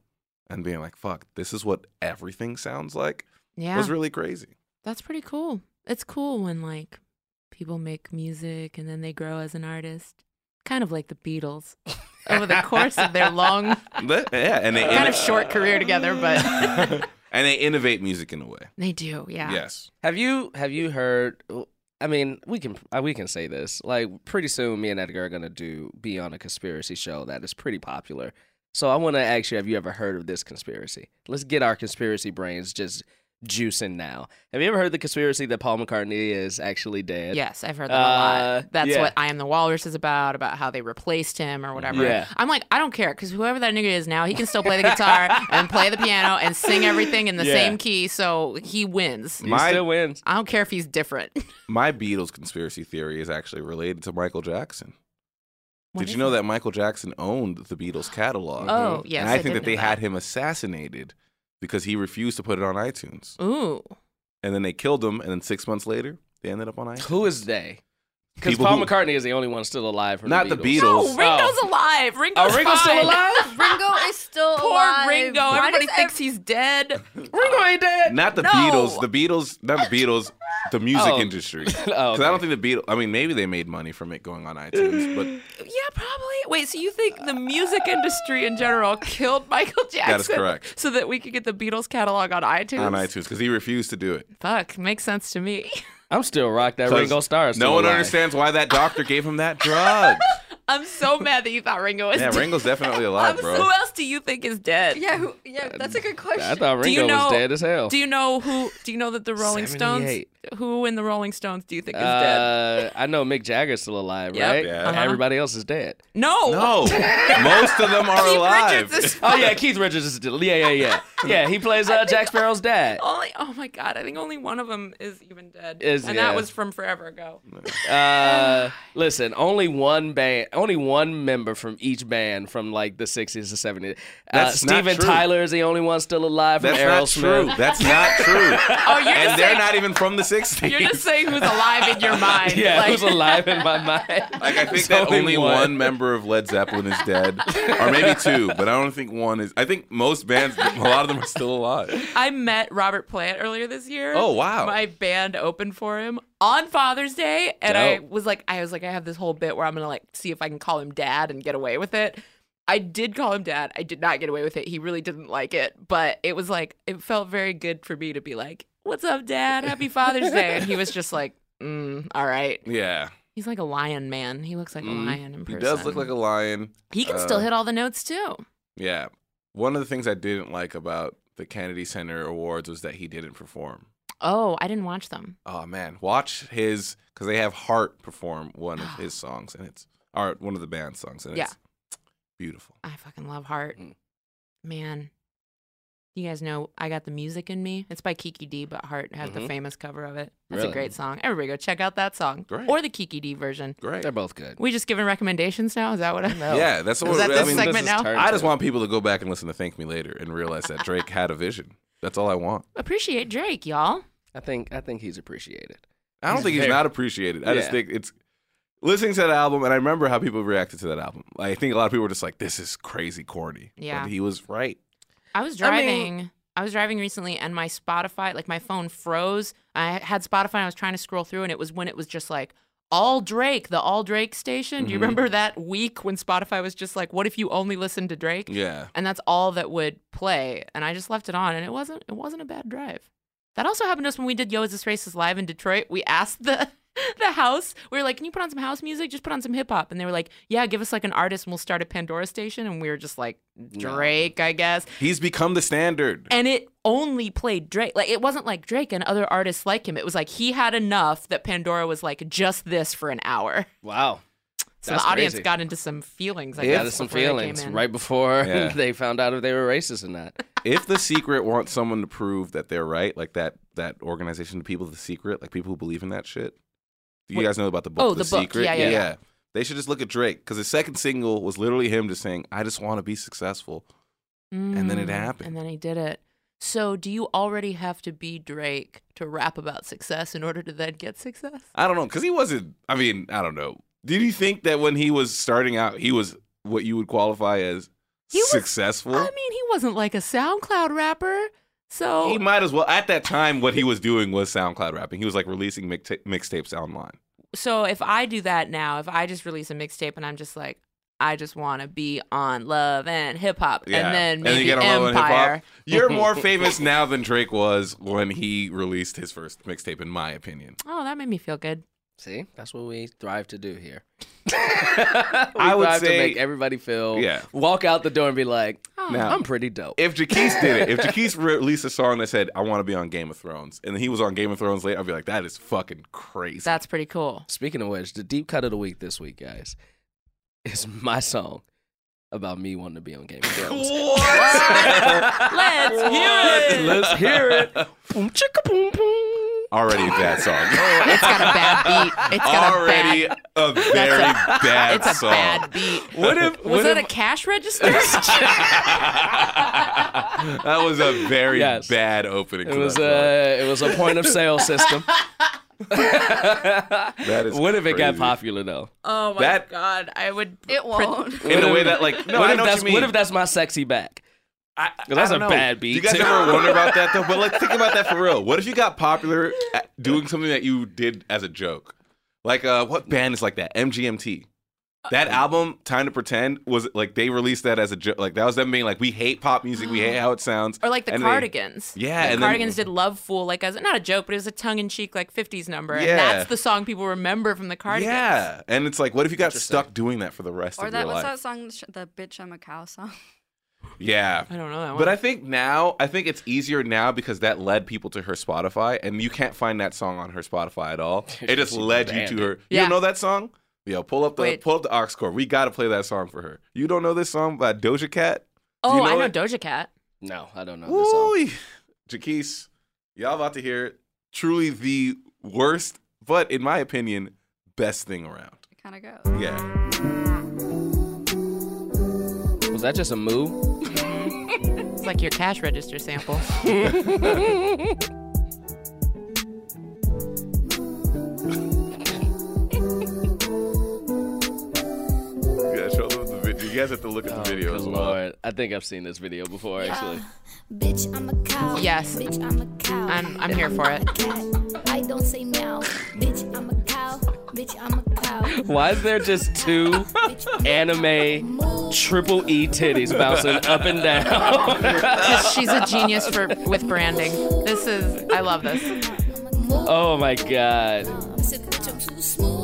and being like, fuck, this is what everything sounds like Yeah. was really crazy. That's pretty cool. It's cool when like people make music and then they grow as an artist, kind of like the Beatles over the course of their long, But- yeah, and they kind of inno- short career together. But and they innovate music in a way. they do, yeah. Yes. Have you have you heard? I mean, we can uh, we can say this. Like pretty soon, me and Edgar are gonna do be on a conspiracy show that is pretty popular. So I want to ask you: Have you ever heard of this conspiracy? Let's get our conspiracy brains just juicing now. Have you ever heard the conspiracy that Paul McCartney is actually dead? Yes, I've heard that a Uh, lot. That's yeah. what I Am the Walrus is about, about how they replaced him or whatever. Yeah. I'm like, I don't care because whoever that nigga is now, he can still play the guitar and play the piano and sing everything in the Yeah. same key, so he wins. he My- still wins. I don't care if he's different. My Beatles conspiracy theory is actually related to Michael Jackson. What Did is you know it? that Michael Jackson owned the Beatles catalog? Oh, yes. and I, did think that they know had him assassinated because he refused to put it on iTunes. Ooh. And then they killed him, and then six months later, they ended up on iTunes. Who is they? Because People Paul who- McCartney is the only one still alive from Not the the Beatles. No, Beatles. Ringo's Oh. alive. Ringo's, Oh, Ringo's still fine. alive? Ringo is still Poor alive. Ringo. Why Everybody does thinks he's dead. Ringo ain't dead. Not the No. Beatles. The Beatles, not the Beatles. The music Oh. industry. Because Oh, I okay. don't think the Beatles. I mean, maybe they made money from it going on iTunes, but Yeah, probably. Wait, so you think the music industry in general killed Michael Jackson? is correct. So that we could get the Beatles catalog on iTunes? on iTunes because he refused to do it. Fuck, makes sense to me. I'm still rocked that 'Cause Ringo Starr. is No still one alive. understands why that doctor gave him that drug. I'm so mad that you thought Ringo was yeah, dead. Ringo's definitely I'm- alive, bro. Who else do you think is dead? Yeah, who, yeah, that's a good question. I thought Ringo Do you know- was dead as hell. Do you know who? Do you know that the Rolling Stones? 78. Who in the Rolling Stones do you think is Uh, dead? I know Mick Jagger's still alive, Yep. right? Yeah. Uh-huh. Everybody else is dead. No. No, Oh, most of them are Keith alive. Richards is Oh yeah, Keith Richards is still. Yeah, yeah, yeah, yeah. He plays uh, Jack Sparrow's dad. only. Oh my God! I think only one of them is even dead, Is- and yeah. that was from forever ago. Uh, listen, only one band, only one member from each band from like the sixties to seventies. Uh, That's not Steven true. Tyler is the only one still alive from That's not Aerosmith. true. That's not true. Oh, you're and just they're saying, not even from the 60s. You're just saying who's alive in your mind. Yeah, like, who's alive in my mind? Like I think It's that only one. member of Led Zeppelin is dead, or maybe two, but I don't think one is. I think most bands, a lot of them are still alive. I met Robert Plant earlier this year. Oh, wow. My band opened for him on Father's Day, and I Dope. was like, I was like, I have this whole bit where I'm gonna like see if I can call him Dad and get away with it. I did call him Dad. I did not get away with it. He really didn't like it, but it was like it felt very good for me to be like, "What's up, Dad? Happy Father's Day." And he was just like, mm, "All right." Yeah, He's like a lion man. He looks like Mm. a lion in Mm-hmm. he person. does look like a lion. He can still uh, hit all the notes too. Yeah, one of the things I didn't like about the Kennedy Center Awards was that he didn't perform. Oh, I didn't watch them. Oh man, watch his because they have Hart perform one of his songs, and it's or one of the band's songs, and it's beautiful. I fucking love Heart. Mm. Man. You guys know I Got the Music in Me? It's by Kiki D, but Heart has Mhm. the famous cover of it. That's Really? a great song. Everybody go check out that song. Great. Or the Kiki D version. Great. They're both good. We just giving recommendations now? Is that what I know? Yeah, that's what Is that I this mean, segment is now? turned I just to- want people to go back and listen to Thank Me Later and realize that Drake had a vision. That's all I want. Appreciate Drake, y'all. I think. I think he's appreciated. I don't He's think he's very- not appreciated. I just Yeah. think it's listening to that album, and I remember how people reacted to that album. I think a lot of people were just like, "This is crazy corny." Yeah. but he was right. I was I mean- driving. I, was driving recently and my Spotify, like my phone froze. I had Spotify and I was trying to scroll through and it was when it was just like all Drake, the all Drake station. Do you Mm-hmm. Mhm. remember that week when Spotify was just like, what if you only listened to Drake? Yeah, and that's all that would play. And I just left it on, and it wasn't it wasn't a bad drive. That also happened to us when we did Yo Is This Racist live in Detroit. We asked the the house, we were like, "Can you put on some house music? Just put on some hip hop." And they were like, "Yeah, give us like an artist, and we'll start a Pandora station." And we were just like, "Drake, I guess." he's become the standard. And it only played Drake. Like it wasn't like Drake and other artists like him. It was like he had enough that Pandora was like just this for an hour. Wow. So That's the audience crazy. got into some feelings. I They guess got some before they came feelings in. right before Yeah. they found out if they were racist or not. if the secret wants someone to prove that they're right, like that that organization, the people, of the secret, like people who believe in that shit. Do you What- guys know about the book? Oh, the book. secret. Yeah, yeah, yeah. They should just look at Drake because his second single was literally him just saying, "I just want to be successful." then it Mm, happened. And then he did it. So, do you already have to be Drake to rap about success in order to then get success? I don't know, because he wasn't. I mean, I don't know. Did you think that when he was starting out, he was what you would qualify as He was- successful? I mean, he wasn't like a SoundCloud rapper. So, he might as well. At that time, what he was doing was SoundCloud rapping. He was like releasing mixta- mixtapes online. so if I do that now, if I just release a mixtape and I'm just like, I just want to be on Love and Hip Hop, Yeah. and then then you maybe get on Love and Hip Hop. Empire. You're more famous now than Drake was when he released his first mixtape, in my opinion. Oh, that made me feel good. See, that's what we thrive to do here. I would thrive to say- make everybody feel Yeah. walk out the door and be like, Oh, Now- I'm pretty dope. If Jaquise did it, if Jaquise re- released a song that said, I want to be on Game of Thrones, and he was on Game of Thrones later, I'd be like, that is fucking crazy. oh, That's pretty cool. Speaking of which, the deep cut of the week this week, guys, is my song about me wanting to be on Game of Thrones. Let's hear it. Let's hear it. Boom, chicka, boom, boom. Already a bad song. It's got a bad beat. It's got Already a bad. a very bad It's a song. bad beat. What if Was what that if- a cash register? That was a very Yes. bad opening. it to was that a it was a point of sale system. song. That is uh, What if it got crazy. popular though? oh my That- god, I would. It won't. In a way that, like, no, what I if know what that's you mean. what if that's my sexy back? I, that's I a don't know. bad beat, Do you guys too. ever wonder about that though? But like, think about that for real. What if you got popular at doing something that you did as a joke? Like, uh, what band is like that? MGMT. That album, Time to Pretend, was like they released that as a joke. Like that was them being like, we hate pop music, we hate how it sounds. Or like the And they- Cardigans. Yeah, The and then- Cardigans did Love Fool like as not a joke, but it was a tongue in cheek like 50s number. Yeah. And that's the song people remember from the Cardigans. yeah, and it's like, what if you got stuck doing that for the rest Or of that your what's life? that song? sh- The bitch I'm a cow song. Yeah, I don't know that one. But I think now, I think it's easier now because that led people to her Spotify, and you can't find that song on her Spotify at all. It just She led you banned to her. You Yeah. don't know that song? Yo, pull up the Wait. pull up the aux cord. We gotta play that song for her. You don't know this song by Doja Cat? oh, you know I know it? Doja Cat. No, I don't know this song. Ooh, Jaquise, y'all about to hear truly the worst, but in my opinion, best thing around. It kind of goes. Yeah, Was that just a move? It's like your cash register sample. yeah. Show them the video. You guys have to look at Oh, the video as well. Lord, I think I've seen this video before actually. Bitch, I'm a cow. Yes. Bitch, I'm a cow. I'm I'm here for it. Cat, I don't say meow. Bitch, I'm a cow. Bitch, I'm a cow. Why is there just two anime triple E titties bouncing up and down? Because she's a genius for with branding. This is I love this. oh my god. Said, bitch, I'm too smooth.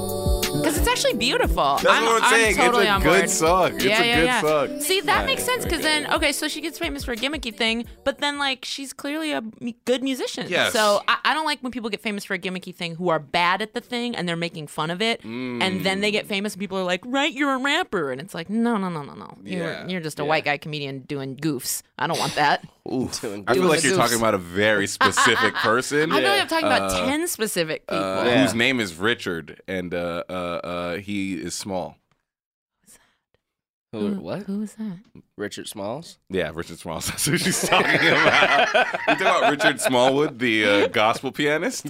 Because it's actually beautiful. That's I'm, what I'm saying. totally it's a on good board. song. It's yeah, a yeah, good yeah. song. See, that makes sense because then, okay, so she gets famous for a gimmicky thing, but then, like, she's clearly a m- good musician. Yes. So I, I don't like when people get famous for a gimmicky thing who are bad at the thing and they're making fun of it. Mm. And then they get famous and people are like, right, you're a rapper. And it's like, no, no, no, no, no. You're, Yeah, you're just a white guy comedian doing goofs. I don't want that. Doing I good. feel like you're talking about a very specific person. I feel like I'm talking about 10 specific people. uh, Yeah. Whose name is Richard, and uh, uh, uh, he is small. Who- what? Who was that? Richard Smalls? Yeah, Richard Small. That's who she's talking about. you talking about Richard Smallwood, the uh, gospel pianist?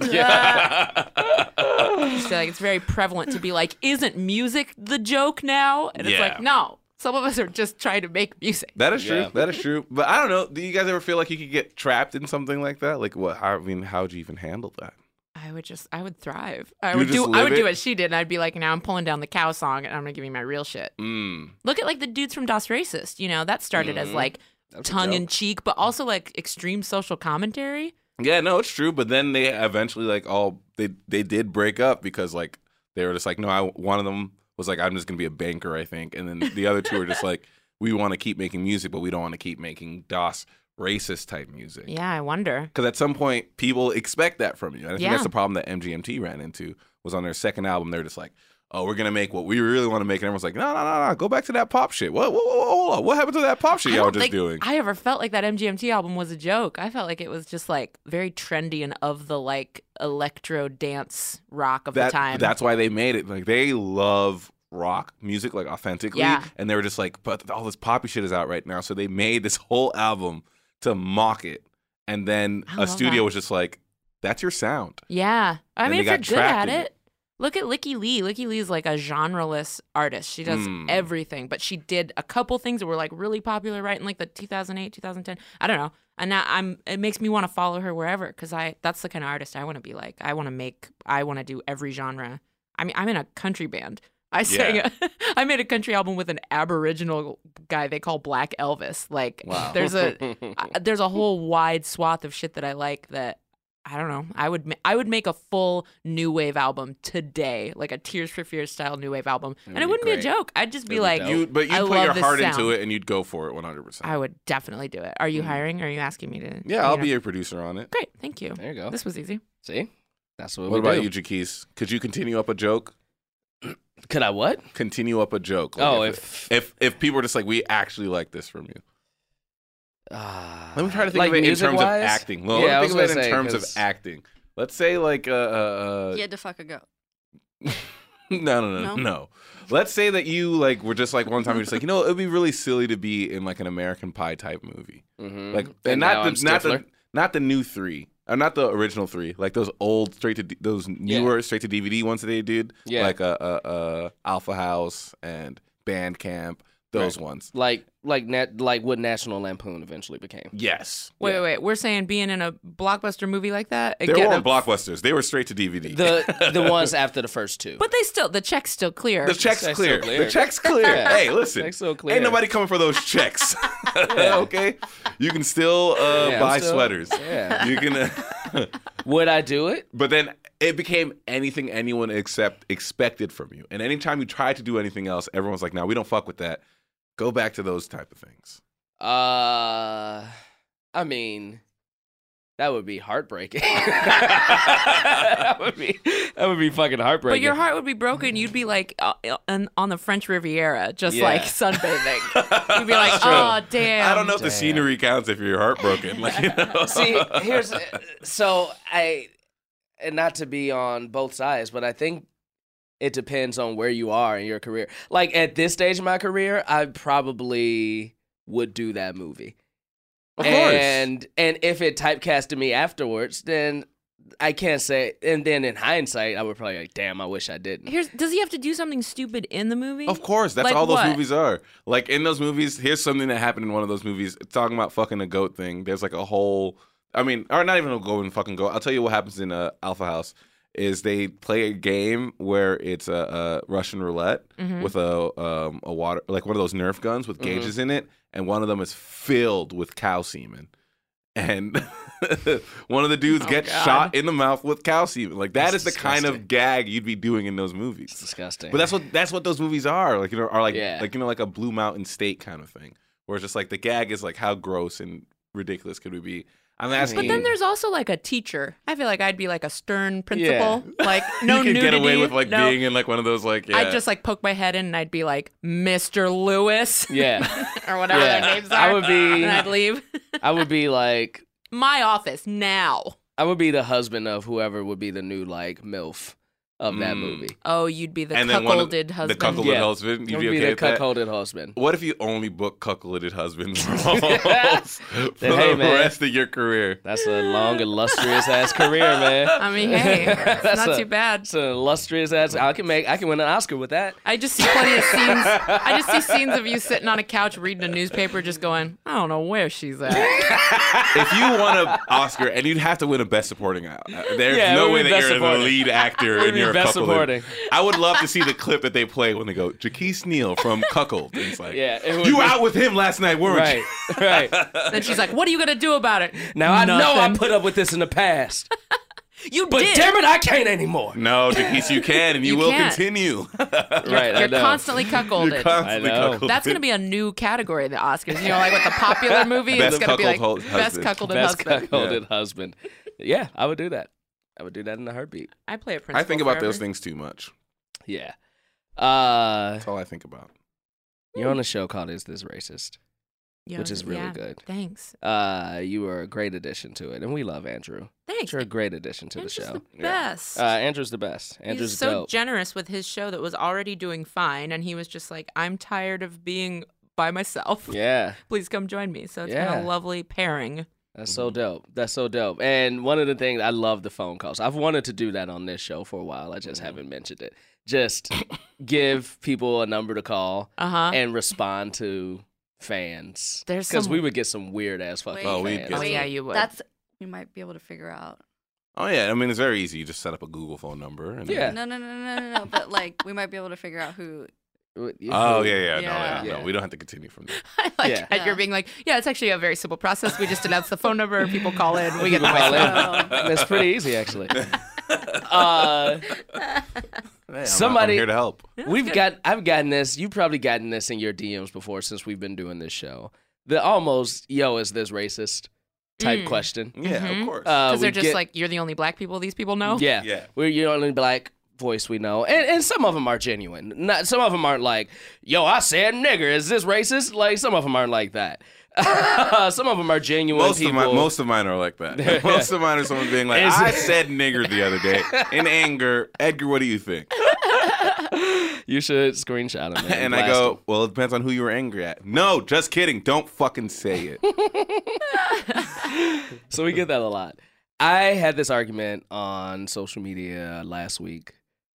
So, like, it's very prevalent to be like, isn't music the joke now? And it's Yeah. like, no. Some of us are just trying to make music. That is true. Yeah. That is true. But I don't know. Do you guys ever feel like you could get trapped in something like that? Like, what? How, I mean, how would you even handle that? I would just, I would thrive. I You would just do, I live would do it? what she did, and I'd be like, now I'm pulling down the cow song, and I'm gonna give you my real shit. Hmm. Mm. Look at like the dudes from Das Racist. You know, that started Mm-hmm. as like a tongue in joke. cheek, but also like extreme social commentary. Yeah, no, it's true. But then they eventually like all they they did break up because like they were just like, no, I one of them was like, I'm just gonna be a banker, I think, and then the other two are just like, we want to keep making music, but we don't want to keep making DOS racist type music. Yeah, I wonder. Because at some point, people expect that from you. And I think Yeah. that's the problem that MGMT ran into was on their second album. They're just like, oh, we're gonna make what we really want to make, and everyone's like, no, no, no, no, go back to that pop shit. What, what, what, what, what happened to that pop shit I y'all were don't think just doing? I ever felt like that MGMT album was a joke. I felt like it was just like very trendy and of the like electro dance rock of that, the time. That's why they made it. Like they love rock music, like authentically. Yeah. And they were just like, but all this poppy shit is out right now. So they made this whole album to mock it. And then I a love studio that. was just like, that's your sound. Yeah. I And mean, they if you're got good at trapped in it, look at Licky Lee. Licky Lee is like a genreless artist. She does Mm. everything, but she did a couple things that were like really popular right in like the 2008, 2010. I don't know. And now I'm, it makes me want to follow her wherever because I, that's the kind of artist I want to be like. I want to make, I want to do every genre. I mean, I'm in a country band. I sang. a- I made a country album with an Aboriginal guy they call Black Elvis. Like, Wow. there's a I- there's a whole wide swath of shit that I like that I don't know. I would ma- I would make a full new wave album today, like a Tears for Fears style new wave album, and it be wouldn't be a great. joke. I'd just be It'd be like, dope. You, but I you put love your this heart sound. into it and you'd go for it 100%. I would definitely do it. Are you hiring? Are you asking me to? Mm-hmm. yeah, I'll you know? be a producer on it. Great, thank you. There you go. This was easy. See, that's what. What we about do. you, Jaquise? Could you continue up a joke? Could I what? Continue up a joke. Oh, if- if, if if people were just like, we actually like this from you. Uh, Let me try to think like of it in terms music-wise? of acting. Well, Yeah, I let me think was of gonna it in say, terms 'cause- of acting. Let's say like uh, uh, uh You had to fuck a goat. No, no, no, no, No? Let's say that you like were just like one time you're just like, you know, it'd be really silly to be in like an American Pie type movie, Mhm. like and, And now not I'm the, not the Stifler. not the new three, or not the original three, like those old straight to D- those newer straight to DVD ones that they did, Yeah. like uh, uh, uh, Alpha House and Bandcamp, those ones. like like nat- like what National Lampoon eventually became. Yes, Wait, Yeah. wait, wait. We're saying being in a blockbuster movie like that. They again, weren't a- blockbusters; they were straight to DVD. The the ones after the first two. But they still, the check's still clear. The check's Check's so clear. clear. The check's clear. Yeah. Hey, listen. Check's so clear. Ain't nobody coming for those checks. okay? You can still uh, Yeah, buy still- sweaters. yeah. You can uh, Would I do it? But then it became anything anyone except expected from you. And anytime you tried to do anything else, everyone's like, "Now we don't fuck with that." Go back to those type of things. Uh, I mean, that would be heartbreaking. that would be that would be fucking heartbreaking. but your heart would be broken. You'd be like uh, on, on the French Riviera, just Yeah. like sunbathing. You'd be like, oh, damn. I don't know if the Damn. scenery counts if you're heartbroken. Like, you know? See, here's uh, so I, and not to be on both sides, but I think it depends on where you are in your career. Like at this stage of my career, I probably would do that movie. Of course. and and if it typecasted me afterwards, then I can't say. And then in hindsight, I would probably like, damn, I wish I didn't. Here's, does he have to do something stupid in the movie? Of course, that's Like all those what? movies are. Like in those movies, here's something that happened in one of those movies. It's talking about fucking a goat thing. There's like a whole, I mean, or not even a goat and fucking goat. I'll tell you what happens in uh, Alpha House is they play a game where it's a, uh Russian roulette Hmm. Mm-hmm. with a um, a water like one of those Nerf guns with gauges in it, and one of them is filled with cow semen. And one of the dudes Oh, gets shot in the mouth with cow semen. Like that That's is the kind disgusting. of gag you'd be doing in those movies. It's disgusting. But that's what that's what those movies are like. You know, are like Yeah. like you know, like a Blue Mountain State kind of thing, where it's just like the gag is like how gross and ridiculous could we be? I'm asking. But then there's also like a teacher. I feel like I'd be like a stern principal. Like, you no could nudity. get away with like no. being in like one of those like yeah. I'd just like poke my head in and I'd be like, Mr. Lewis yeah, or whatever Yeah. their names are. I would be- And I'd leave. I would be like, my office now. I would be the husband of whoever would be the new like milf of that Mm. movie. Oh, you'd be the and then one of- cuckolded husband. The cuckolded Yeah. husband. You'd would be okay the with that? cuckolded husband. What if you only book cuckolded husbands for Then, hey, the man. rest of your career? That's a long, illustrious ass career, man. I mean, hey, it's That's not a- too bad. That's an illustrious ass. I can make. I can win an Oscar with that. I just see plenty of scenes. I just see scenes of you sitting on a couch reading a newspaper, just going, I don't know where she's at. if you won an Oscar and you'd have to win a Best Supporting, uh, there's Yeah, it no would way be that Best you're the Supporting. lead actor would and be you're a Best cuckold. Supporting. I would love to see the clip that they play when they go, Jaquise Neal from Cuckold. And it's like, Yeah, it would you be- were out with him last night, weren't Right, you? right. Then she's like, What are you gonna do about it? Now I know I Nothing. put up with this in the past, You but did. damn it, I can't anymore. No, Jaquise, you can and you, You will can't. continue. right, I You're know. constantly cuckolded. You're constantly I know. cuckolded. That's gonna be a new category in the Oscars. You know, like with the popular movie, Best it's gonna be like cuckold hu- best husband. cuckolded Best husband. cuckolded husband. Yeah, I would do that. I would do that in a heartbeat. I play a principal. I think about those forever. things too much. Yeah. Uh, That's all I think about. you're on a show called "Is This Racist," Yeah, which is really yeah. good. Thanks. Uh, you are a great addition to it, and we love Andrew. Thanks. You're a great addition to the Andrew's show. the best. Uh, Andrew's the best. Andrew's He's so dope. generous with his show that was already doing fine, and he was just like, "I'm tired of being by myself. yeah. Please come join me." So it's been Yeah. a lovely pairing. That's so Mm-hmm. dope. That's so dope. And one of the things I love the phone calls. I've wanted to do that on this show for a while. I Mm-hmm. just haven't mentioned it. Just give people a number to call Uh huh. and respond to fans. There's because some- we would get some weird ass fucking. Wait. Oh, we'd fans. get Oh Wait, yeah, you would. That's we might be able to figure out. Oh yeah, I mean it's very easy. You just set up a Google phone number. And Yeah. No, no, no, no, no, no. But like, we might be able to figure out who. Oh Yeah. yeah, yeah, no, yeah, Yeah. no. We don't have to continue from there. I like Yeah. that you're being like, yeah, it's actually a very simple process. We just announce the phone number, people call in, we get the People call voicemail. in. That's pretty easy, actually. Uh, Hey, I'm- I'm Somebody- here to help. we've got, I've gotten this. You've probably gotten this in your DMs before since we've been doing this show. The almost yo is this racist type Mm. question. Yeah, of course. Uh, Because we they're just get- like, you're the only black people these people know. yeah, Yeah. We're your only black voice we know, and and some of them are genuine. Not some of them aren't like, yo, I said nigger. Is this racist? Like some of them aren't like that. some of them are genuine. most people. of my most of mine are like that. most of mine are someone being like, Is- "I said nigger the other day in anger." Edgar, what do you think? you should screenshot them And I go, "Well, it depends on who you were angry at." No, just kidding. Don't fucking say it. So we get that a lot. I had this argument on social media last week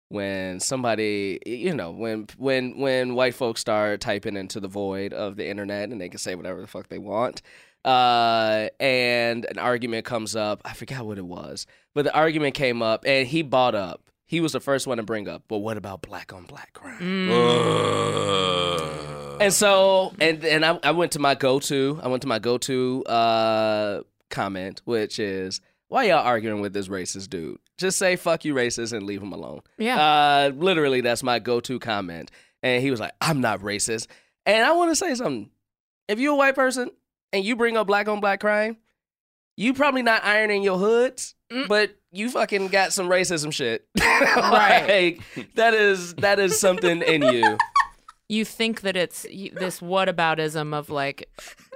when somebody, you know, when when when white folks start typing into the void of the internet and they can say whatever the fuck they want. Uh, and an argument comes up. I forgot what it was, but the argument came up, and he bought up. He was the first one to bring up. But what about black on black crime? And so, and and I, I went to my go to. I went to my go to uh, comment, which is, "Why y'all arguing with this racist dude? Just say fuck you, racist, and leave him alone." Yeah. Uh, literally, that's my go to comment. And he was like, "I'm not racist." And I want to say something. If you're a white person and you bring up black on black crime, you probably not ironing your hoods, Mm. but you fucking got some racism shit. Right. Like, that is that is something in you. you think that it's y- this whataboutism of like,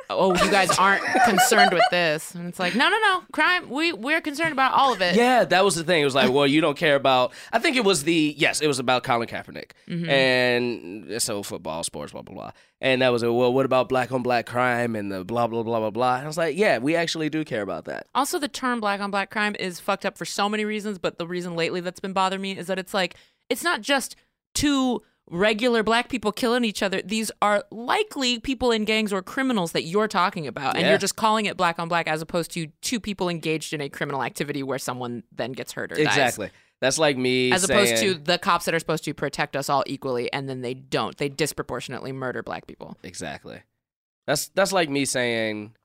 oh, you guys aren't concerned with this, and it's like, no, no, no, crime. We we're concerned about all of it. Yeah, that was the thing. It was like, well, you don't care about. I think it was the yes, it was about Colin Kaepernick Mm-hmm. and so football, sports, blah blah blah. And that was a, well, what about black on black crime and the blah blah blah blah blah. And I was like, yeah, we actually do care about that. Also, the term black on black crime is fucked up for so many reasons, but the reason lately that's been bothering me is that it's like, it's not just two regular black people killing each other. These are likely people in gangs or criminals that you're talking about, and Yeah. you're just calling it black on black as opposed to two people engaged in a criminal activity where someone then gets hurt or dies. Exactly. That's like me As opposed to saying- the cops that are supposed to protect us all equally, and then they don't. They disproportionately murder black people. Exactly. That's that's like me saying,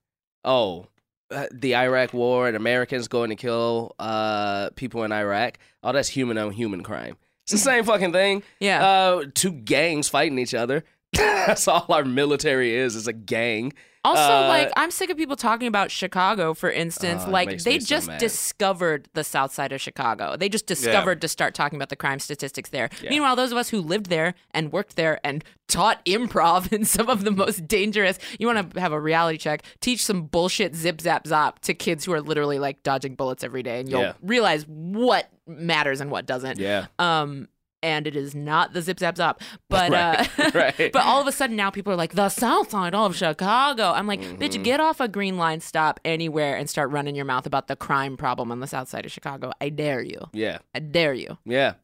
"Oh, uh, the Iraq War and Americans going to kill uh, people in Iraq. Oh, that's human on human crime. It's the same fucking thing. Yeah. Uh, two gangs fighting each other. that's all our military is. Is a gang. Also, Uh, like I'm sick of people talking about Chicago, for instance. Oh, it like makes they me so just mad. discovered the South Side of Chicago. They just discovered to start talking about the crime statistics there. Yeah. Meanwhile, those of us who lived there and worked there and taught improv in some of the most dangerous. You want to have a reality check? Teach some bullshit zip zap zop to kids who are literally like dodging bullets every day, and you'll Yeah. realize what matters and what doesn't. Yeah. Um, and it is not the zip zap zop, but uh, right. but all of a sudden now people are like the South Side of Chicago. I'm like, Mm-hmm. bitch, get off a green line, stop anywhere, and start running your mouth about the crime problem on the South Side of Chicago. I dare you. Yeah. I dare you. Yeah.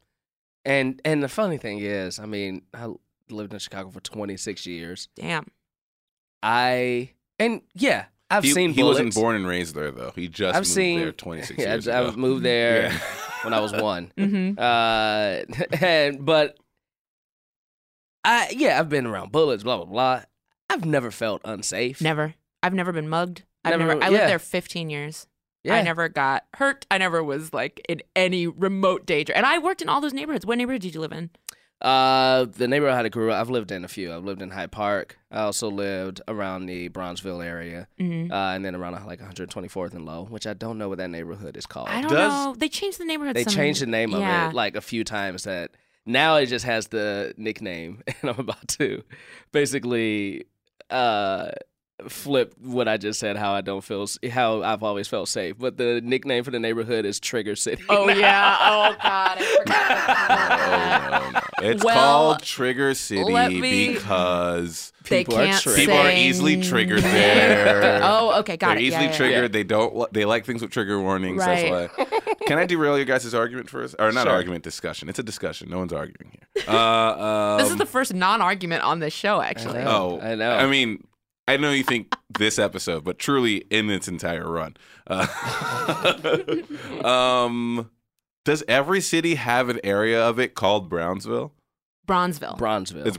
And and the funny thing is, I mean, I lived in Chicago for 26 years. Damn. I and yeah, I've he, seen. he wasn't bullets. born and raised there though. He just I've moved seen there 26 yeah, years I- ago. I've moved there Yeah. when I was one. Mm-hmm. Uh, and but I yeah, I've been around bullets, blah blah blah. I've never felt unsafe. Never. I've never been mugged. I've Never- never. I lived yeah. there 15 years. Yeah. I never got hurt. I never was like in any remote danger. And I worked in all those neighborhoods. What neighborhood did you live in? Uh, the neighborhood I grew up, I've lived in a few. I've lived in Hyde Park. I also lived around the Bronzeville area, Mm-hmm. uh, and then around like 124th and Low, which I don't know what that neighborhood is called. I don't does- know. They changed the neighborhood. They some- changed the name yeah. of it like a few times. That now it just has the nickname, and I'm about to basically uh, flip what I just said. How I don't feel, s- how I've always felt safe, but the nickname for the neighborhood is Trigger City. Oh yeah. Oh god. I forgot. Oh, no, no. It's Well, called Trigger let City me- because they People are can't triggered. people are easily sing. triggered there. oh, okay, got They're it. Yeah, easily yeah, yeah. triggered. They don't. li- They like things with trigger warnings. Right. That's why. Can I derail your guys' argument first? Or not Sure. argument? Discussion. It's a discussion. No one's arguing here. Uh, This is um, the first non-argument on this show, actually. I know. Oh, I know. I mean, I know you think this episode, but truly in its entire run. Uh, um, does every city have an area of it called Brownsville? Bronzeville. Bronzeville. It's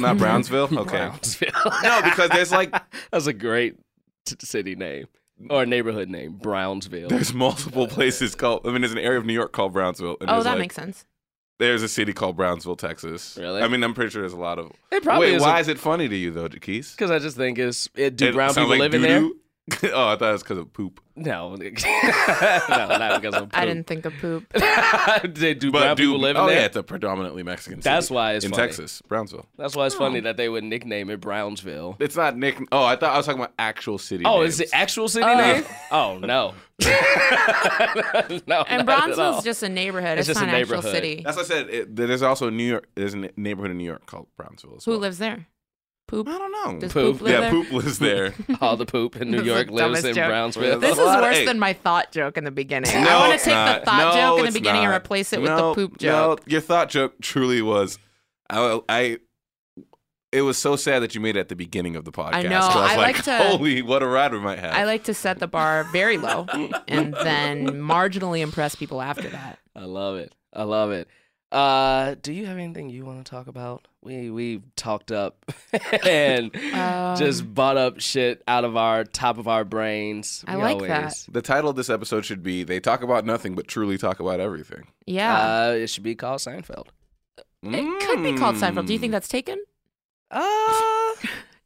not Brownsville. Okay, Brownsville. no, because there's like That's a great t- city name or neighborhood name, Brownsville. there's multiple places called. I mean, there's an area of New York called Brownsville. And oh, there's, that like- makes sense. There's a city called Brownsville, Texas. Really? I mean, I'm pretty sure there's a lot of. It probably Wait, is a- why is it funny to you though, Jaquise? Because I just think it's it, do It brown people sounds like live in there? doo-doo? oh, I thought it was because of poop. No, no, not because of poop. I didn't think of poop. they do But brown do people live in oh, there? yeah, it's a predominantly Mexican. City That's why it's in funny. Texas, Brownsville. That's why it's Oh. funny that they would nickname it Brownsville. It's not Nick. Oh, I thought I was talking about actual city. Oh, names. is it actual city Uh. name? Oh no, no. And not at all. Bronzeville's just a neighborhood. It's It's, just a not an actual neighborhood. city. That's what I said. It, there's also a New York. There's a neighborhood in New York called Brownsville. As Who well. lives there? Poop. I don't know. Does Poop. poop, live yeah, there? poop lives there. all the poop in New This is York the lives dumbest in joke. Brownsville. This is Well, worse hey. than my thought joke in the beginning. No, I want to it's take not. the thought No, joke in it's the beginning not. and replace it No, with the poop no, joke. your thought joke truly was, I, I. It was so sad that you made it at the beginning of the podcast. I know. 'cause I was I like, like to- holy, what a ride we might have. I like to set the bar very low and then marginally impress people after that. I love it. I love it. Uh, do you have anything you want to talk about? We we talked up and just bought up shit out of our top of our brains. I We like that. always- the title of this episode should be "They Talk About Nothing But Truly Talk About Everything." Yeah. Uh, it should be called Seinfeld. it could be called Seinfeld. Do you think Mm. that's taken? Uh,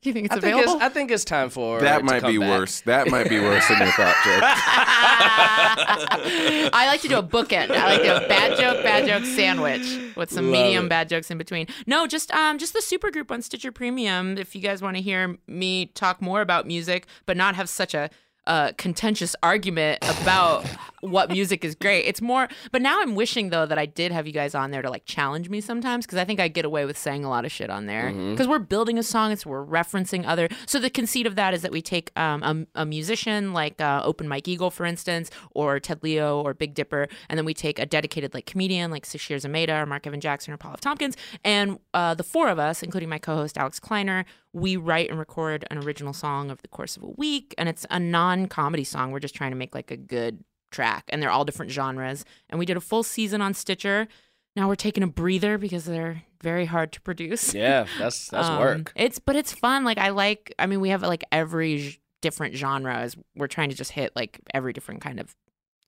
Do you think it's I think available? it's, I think it's time for it that to might come be back. worse? That might be worse than your thought joke. I like to do a bookend. I like to do a bad joke, bad joke sandwich with some Love medium it. bad jokes in between. No, just um, just the super group on Stitcher Premium. If you guys want to hear me talk more about music, but not have such a uh, contentious argument about what music is great. It's more, but now I'm wishing though that I did have you guys on there to like challenge me sometimes because I think I get away with saying a lot of shit on there Mm-hmm. because we're building a song, it's we're referencing other. So the conceit of that is that we take um, a, a musician like uh, Open Mike Eagle, for instance, or Ted Leo or Big Dipper, and then we take a dedicated like comedian like Sashir Zameda or Mark Evan Jackson or Paul F. Tompkins, and uh, the four of us, including my co-host Alex Kleiner, we write and record an original song over the course of a week, and it's a non-comedy song. We're just trying to make like a good track, and they're all different genres. And we did a full season on Stitcher. Now we're taking a breather because they're very hard to produce. Yeah, that's that's Um, work. It's but it's fun. Like I like. I mean, we have like every j- different genre. As we're trying to just hit like every different kind of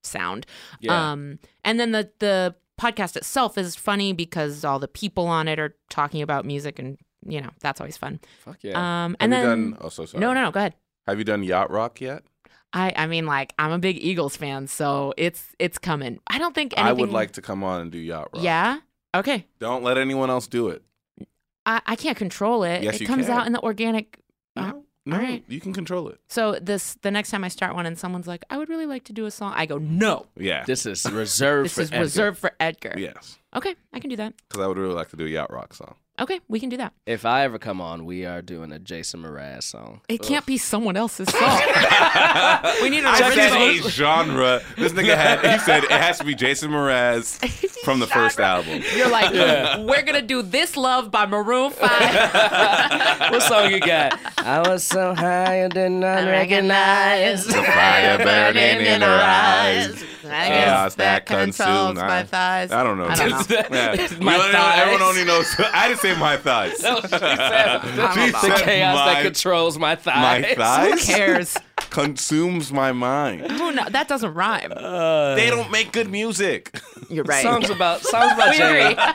sound. Yeah. Um, and then the the podcast itself is funny because all the people on it are talking about music, and you know that's always fun. Fuck yeah. Um, Have and you then done? Oh, so sorry. no, no, no, go ahead. Have you done yacht rock yet? I I mean, like I'm a big Eagles fan, so it's it's coming. I don't think anything, I would like to come on and do yacht rock. Yeah. Okay. Don't let anyone else do it. I, I can't control it. Yes, it you comes can. out in the organic Uh, No, no, all right. you can control it. So this the next time I start one and someone's like, I would really like to do a song, I go, No. Yeah. This is reserved This for is Edgar. reserved for Edgar. yes. Okay, I can do that. Because I would really like to do a yacht rock song. Okay, we can do that. If I ever come on, we are doing a Jason Mraz song. It can't be someone else's song. we need an I said original. a genre. This nigga had. He said it has to be Jason Mraz from the first album. You're like, we're gonna do this love by Maroon Five. what song you got? I was so high I did not recognize. recognize The fire burning in her eyes. Chaos that consumes controls my- my thighs. I don't know. I don't know. Yeah. It's You my only know- everyone thighs. only knows. I didn't say my thighs. That's what she said. She about said the chaos my- that controls my thighs. my Who thighs cares? consumes my mind. Who kno- that doesn't rhyme. They don't make good music. You're right. Songs about songs about we agree. Jane.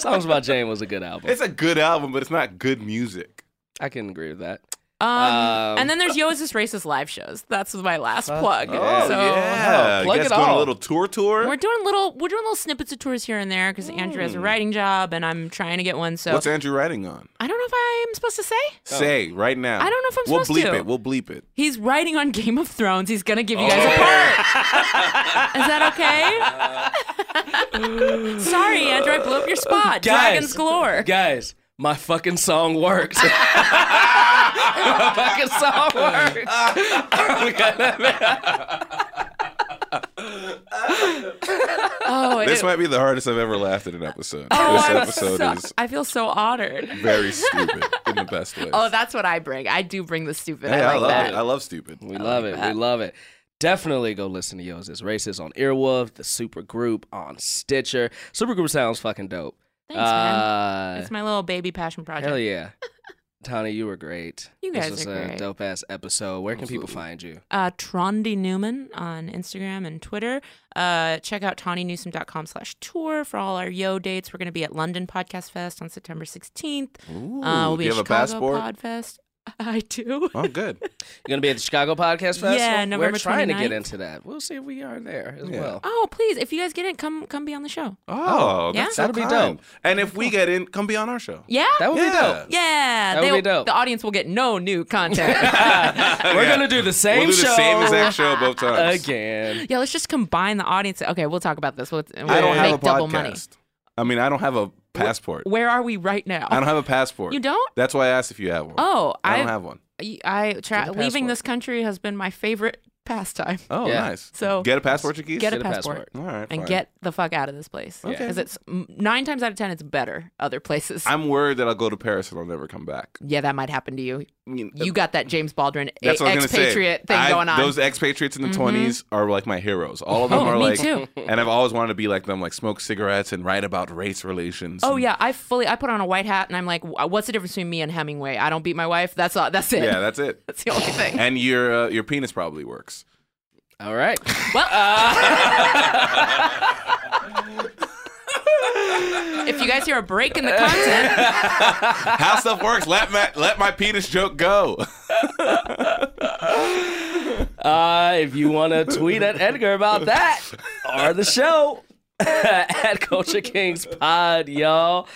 songs about Jane was a good album. It's a good album, but it's not good music. I can agree with that. Um, Um, and then there's Yo Is This Racist live shows. That's my last Fuck plug. yeah. Oh, so Oh, yeah, plug you guys it going all. a little tour tour. we're doing little we're doing little snippets of tours here and there because Andrew has a writing job and I'm trying to get one. So Hmm. What's Andrew writing on? I don't know if I'm supposed to say. Say right now. I don't know if I'm we'll supposed bleep to. it. We'll bleep it. He's writing on Game of Thrones. He's gonna give you guys Oh. a part. Is that okay? Sorry, Andrew, I blew up your spot. Guys. Dragons galore. Guys, my fucking song works. my fucking song works. Oh, and This it- might be the hardest I've ever laughed at an episode. oh, this I'm episode so- is I feel so honored. very stupid in the best way. Oh, that's what I bring. I do bring the stupid. Hey, I I, like love that. it. I love stupid. We love it. that. We love it. Definitely go listen to Yo's Is Racist on Earwolf, the Super Group on Stitcher. Super Group sounds fucking dope. Thanks, man. Uh, It's my little baby passion project. Hell yeah. Tony, you were great. You guys this was are a great. dope ass episode. Where can people find you? uh, Trondi Newman on Instagram and Twitter. Uh, check out TawnyNewsom.com slash tour for all our yo dates. We're going to be at London Podcast Fest on September 16th. Ooh, uh, we'll do be you at have a Chicago passport? Podfest. I do. Oh, good. You're gonna be at the Chicago Podcast Festival. Yeah, We're November trying to get 29th. into that. We'll see if we are there as Yeah. well. Oh, please. If you guys get in, come come be on the show. Oh, Yeah? that's so That'd be kind. dope. And if we get in, come be on our show. Yeah? That would Yeah. be dope. yeah. That would be they'll- dope. The audience will get no new content. We're Yeah. gonna do the We'll same do the show same exact show both times. again. yeah, let's just combine the audience. Okay, we'll talk about this. We'll, we'll I don't make have a double money. podcast. I mean, I don't have a passport. Where are we right now? I don't have a passport. You don't? That's why I asked if you have one. Oh, I don't I've- have one. I, I tra- Get a leaving passport. this country has been my favorite pastime. Oh, Yeah. nice. So- get a passport, Chiquis? Get a Get a passport. passport. All right. and fine. get the fuck out of this place. Okay. Because it's m- nine times out of ten, it's better other places. I'm worried that I'll go to Paris and I'll never come back. yeah, that might happen to you. I mean, You got that James Baldwin a- That's what I was gonna expatriate say. thing I- going on. Mm-hmm. Those expatriates in the 20s are like my heroes. All of them Oh, are me like, too. and I've always wanted to be like them, like smoke cigarettes and write about race relations. oh and- yeah, I fully. I put on a white hat and I'm like, "Wh- what's the difference between me and Hemingway? I don't beat my wife. That's all. That's it. yeah, that's it. that's the only thing. And your uh, your penis probably works. All right. Well, if you guys hear a break in the content, How stuff works. Let my let my penis joke go. Uh, if you want to tweet at Edgar about that or the show at Culture Kings Pod, y'all.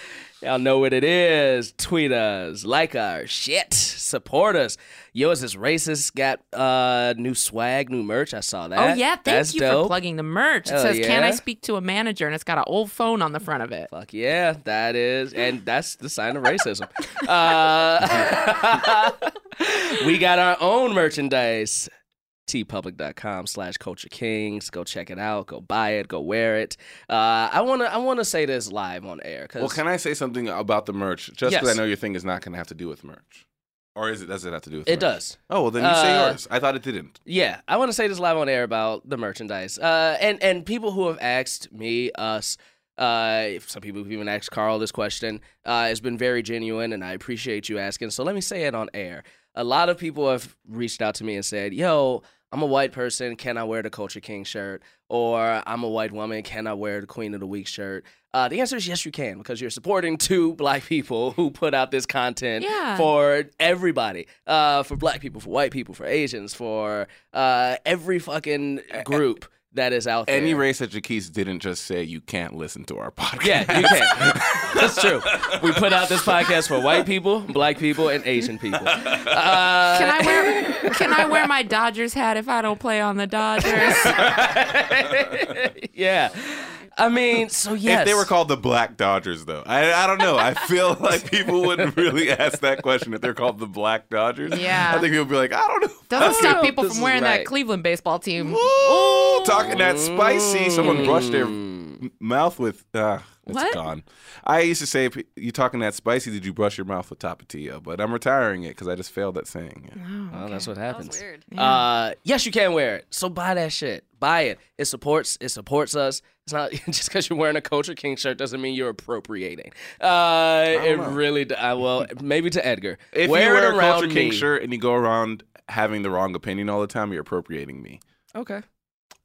Y'all know what it is. Tweet us, like our shit, support us. Yours is racist. Got uh new swag, new merch. I saw that. oh yeah, thank That's you dope. for plugging the merch. It Hell says, "Can I yeah. speak to a manager?" and it's got an old phone on the front of it. Fuck yeah, that is, and that's the sign of racism. uh, we got our own merchandise, tpublic.com slash culture kings. Go check it out. Go buy it. Go wear it. Uh, I wanna, I wanna say this live on air. Cause Well, can I say something about the merch? Just because I Yes. know your thing is not going to have to do with merch, or is it? Does it have to do with? merch? It does. Oh well, then you say Uh, yours. I thought it didn't. Yeah, I want to say this live on air about the merchandise. Uh, and and people who have asked me, us, uh, if some people have even asked Carl this question. Uh, it's been very genuine, and I appreciate you asking. So let me say it on air. A lot of people have reached out to me and said, "Yo, I'm a white person. Can I wear the Culture King shirt? Or I'm a white woman. Can I wear the Queen of the Week shirt?" Uh, the answer is yes, you can, because you're supporting two black people who put out this content Yeah. for for everybody, uh, for black people, for white people, for Asians, for uh, every fucking group that is out there. Any race at Jaquise didn't just say you can't listen to our podcast. Yeah, you can. That's true. We put out this podcast for white people, black people, and Asian people. Uh, Can I wear Can I wear my Dodgers hat if I don't play on the Dodgers? yeah. I mean, so yes. If they were called the Black Dodgers, though, I, I don't know. I feel like people wouldn't really ask that question if they're called the Black Dodgers. Yeah. I think people would be like, I don't know. Doesn't know stop if people this from is wearing right. that Cleveland baseball team. Ooh, talking that spicy. Someone brushed their Mm. m- mouth with. Uh, it's What? gone. I used to say, "P- "You talking that spicy? Did you brush your mouth with Tapatio?" But I'm retiring it because I just failed that saying. Yeah. Well, Oh, that's what That happens. was weird. Uh, yes, you can wear it. So buy that shit. Buy it. It supports. It supports us. It's not just because you're wearing a Culture King shirt doesn't mean you're appropriating. Uh, it really. Do, I, well, maybe to Edgar. If wear you wear it a around Culture King me. shirt and you go around having the wrong opinion all the time, you're appropriating me. okay.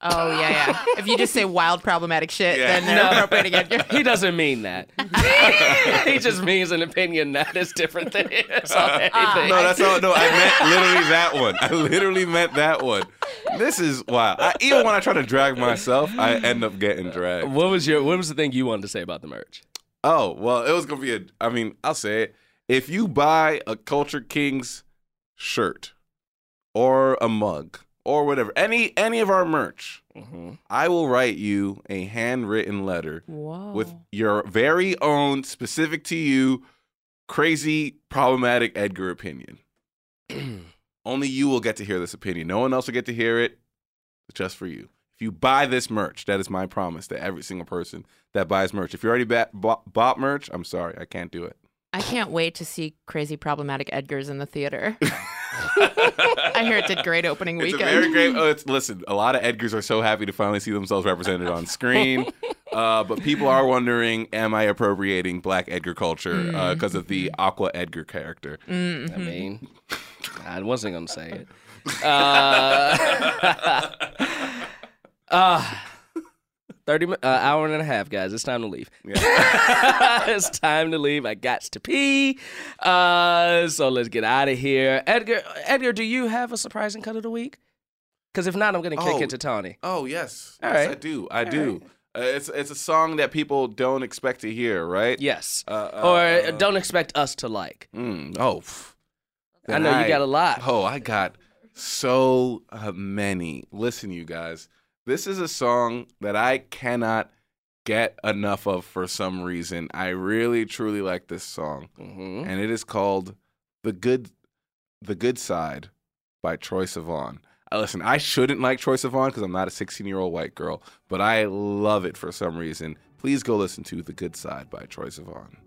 Oh yeah, yeah. If you just say wild problematic shit, Yeah. then they're appropriating it. You're- He doesn't mean that. he just means an opinion that is different than his. on anything. Ah. No, that's all. No, I meant literally that one. I literally meant that one. This is wild. I, even when I try to drag myself, I end up getting dragged. What was your? What was the thing you wanted to say about the merch? Oh well, it was gonna be a. I mean, I'll say it. If you buy a Culture Kings shirt or a mug or whatever, any any of our merch, I will write you a handwritten letter Whoa. with your very own, specific to you, crazy, problematic Edgar opinion. Only you will get to hear this opinion. No one else will get to hear it. Just for you. If you buy this merch, that is my promise to every single person that buys merch. If you already ba- bought, bought merch, I'm sorry, I can't do it. I can't wait to see Crazy Problematic Edgar's in the theater. I hear it did great opening It's a weekend. very great. Oh, it's listen. A lot of Edgars are so happy to finally see themselves represented on screen. Uh, but people are wondering, am I appropriating Black Edgar culture Mm-hmm. because of the Aqua Edgar character? Mm-hmm. I mean, I wasn't gonna say it. Uh, uh, Thirty mi- uh, hour and a half, guys. It's time to leave. it's time to leave. I got to pee. Uh, so let's get out of here. Edgar, Edgar, do you have a surprising cut of the week? Because if not, I'm gonna kick Oh. it to Tawny. Oh yes, All yes right. I do. I do. Uh, it's it's a song that people don't expect to hear, right? Yes. Uh, uh, or uh, don't expect us to like. Mm, oh, pff. I know you Then got a lot. Oh, I got so uh, many. Listen, you guys, this is a song that I cannot get enough of for some reason. I really, truly like this song, hmm and it is called "The Good, The Good Side" by Troy Sivan. Uh, Listen, I shouldn't like Troy Sivan because I'm not a 16 year old white girl, but I love it for some reason. Please go listen to "The Good Side" by Troy Sivan.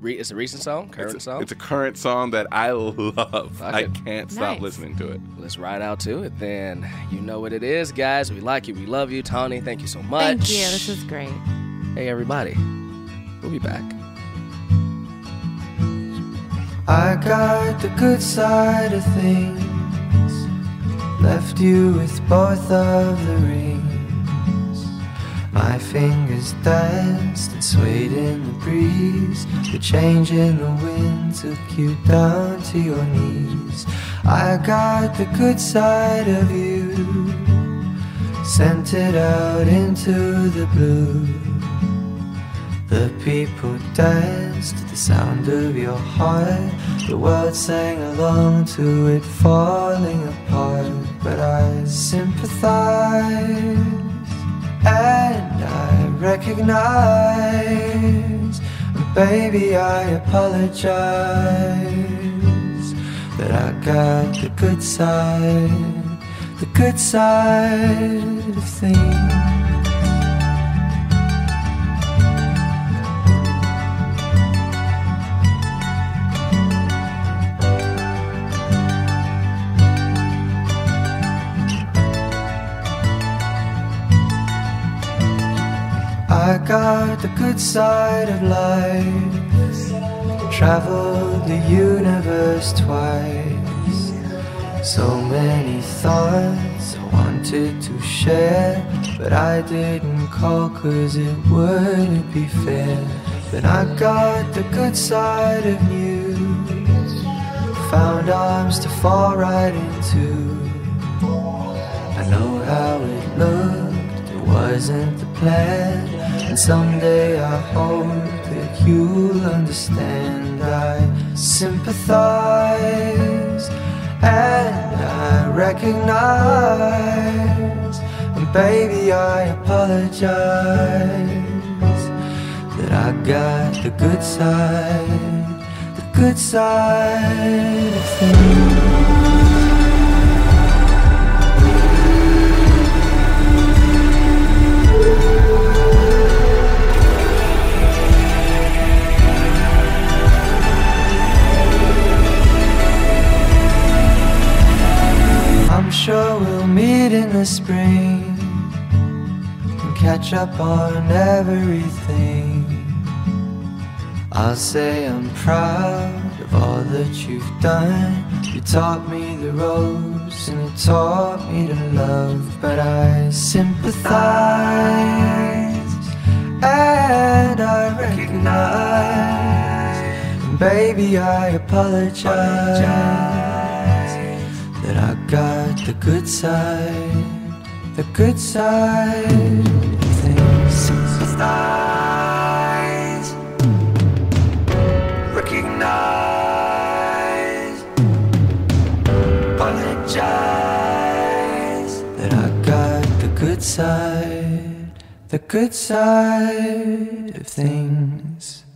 Re- it's a recent song, current it's, a, song. it's a current song that I love. Fuck I it. can't stop Nice. listening to it. Let's ride out to it then. You know what it is, guys. We like you. We love you. Tawny, thank you so much. Thank you. This is great. Hey, everybody. We'll be back. I got the good side of things. Left you with both of the rings. My fingers danced and swayed in the breeze. The change in the wind took you down to your knees. I got the good side of you. Sent it out into the blue. The people danced to the sound of your heart. The world sang along to it falling apart. But I sympathize and I recognize. And baby, I apologize that I got the good side, the good side of things. I got the good side of life. Traveled the universe twice. So many thoughts I wanted to share, but I didn't call cause it wouldn't be fair. But I got the good side of you. Found arms to fall right into. I know how it looked, it wasn't the plan. And someday I hope that you'll understand. I sympathize and I recognize. And baby, I apologize that I got the good side, the good side of things. I'm sure we'll meet in the spring and catch up on everything. I'll say I'm proud of all that you've done. You taught me the ropes and you taught me to love, but I sympathize and I recognize. And Baby, I apologize that I got the good side, the good side of things. Sympathize, recognize, apologize that I got the good side, the good side of things.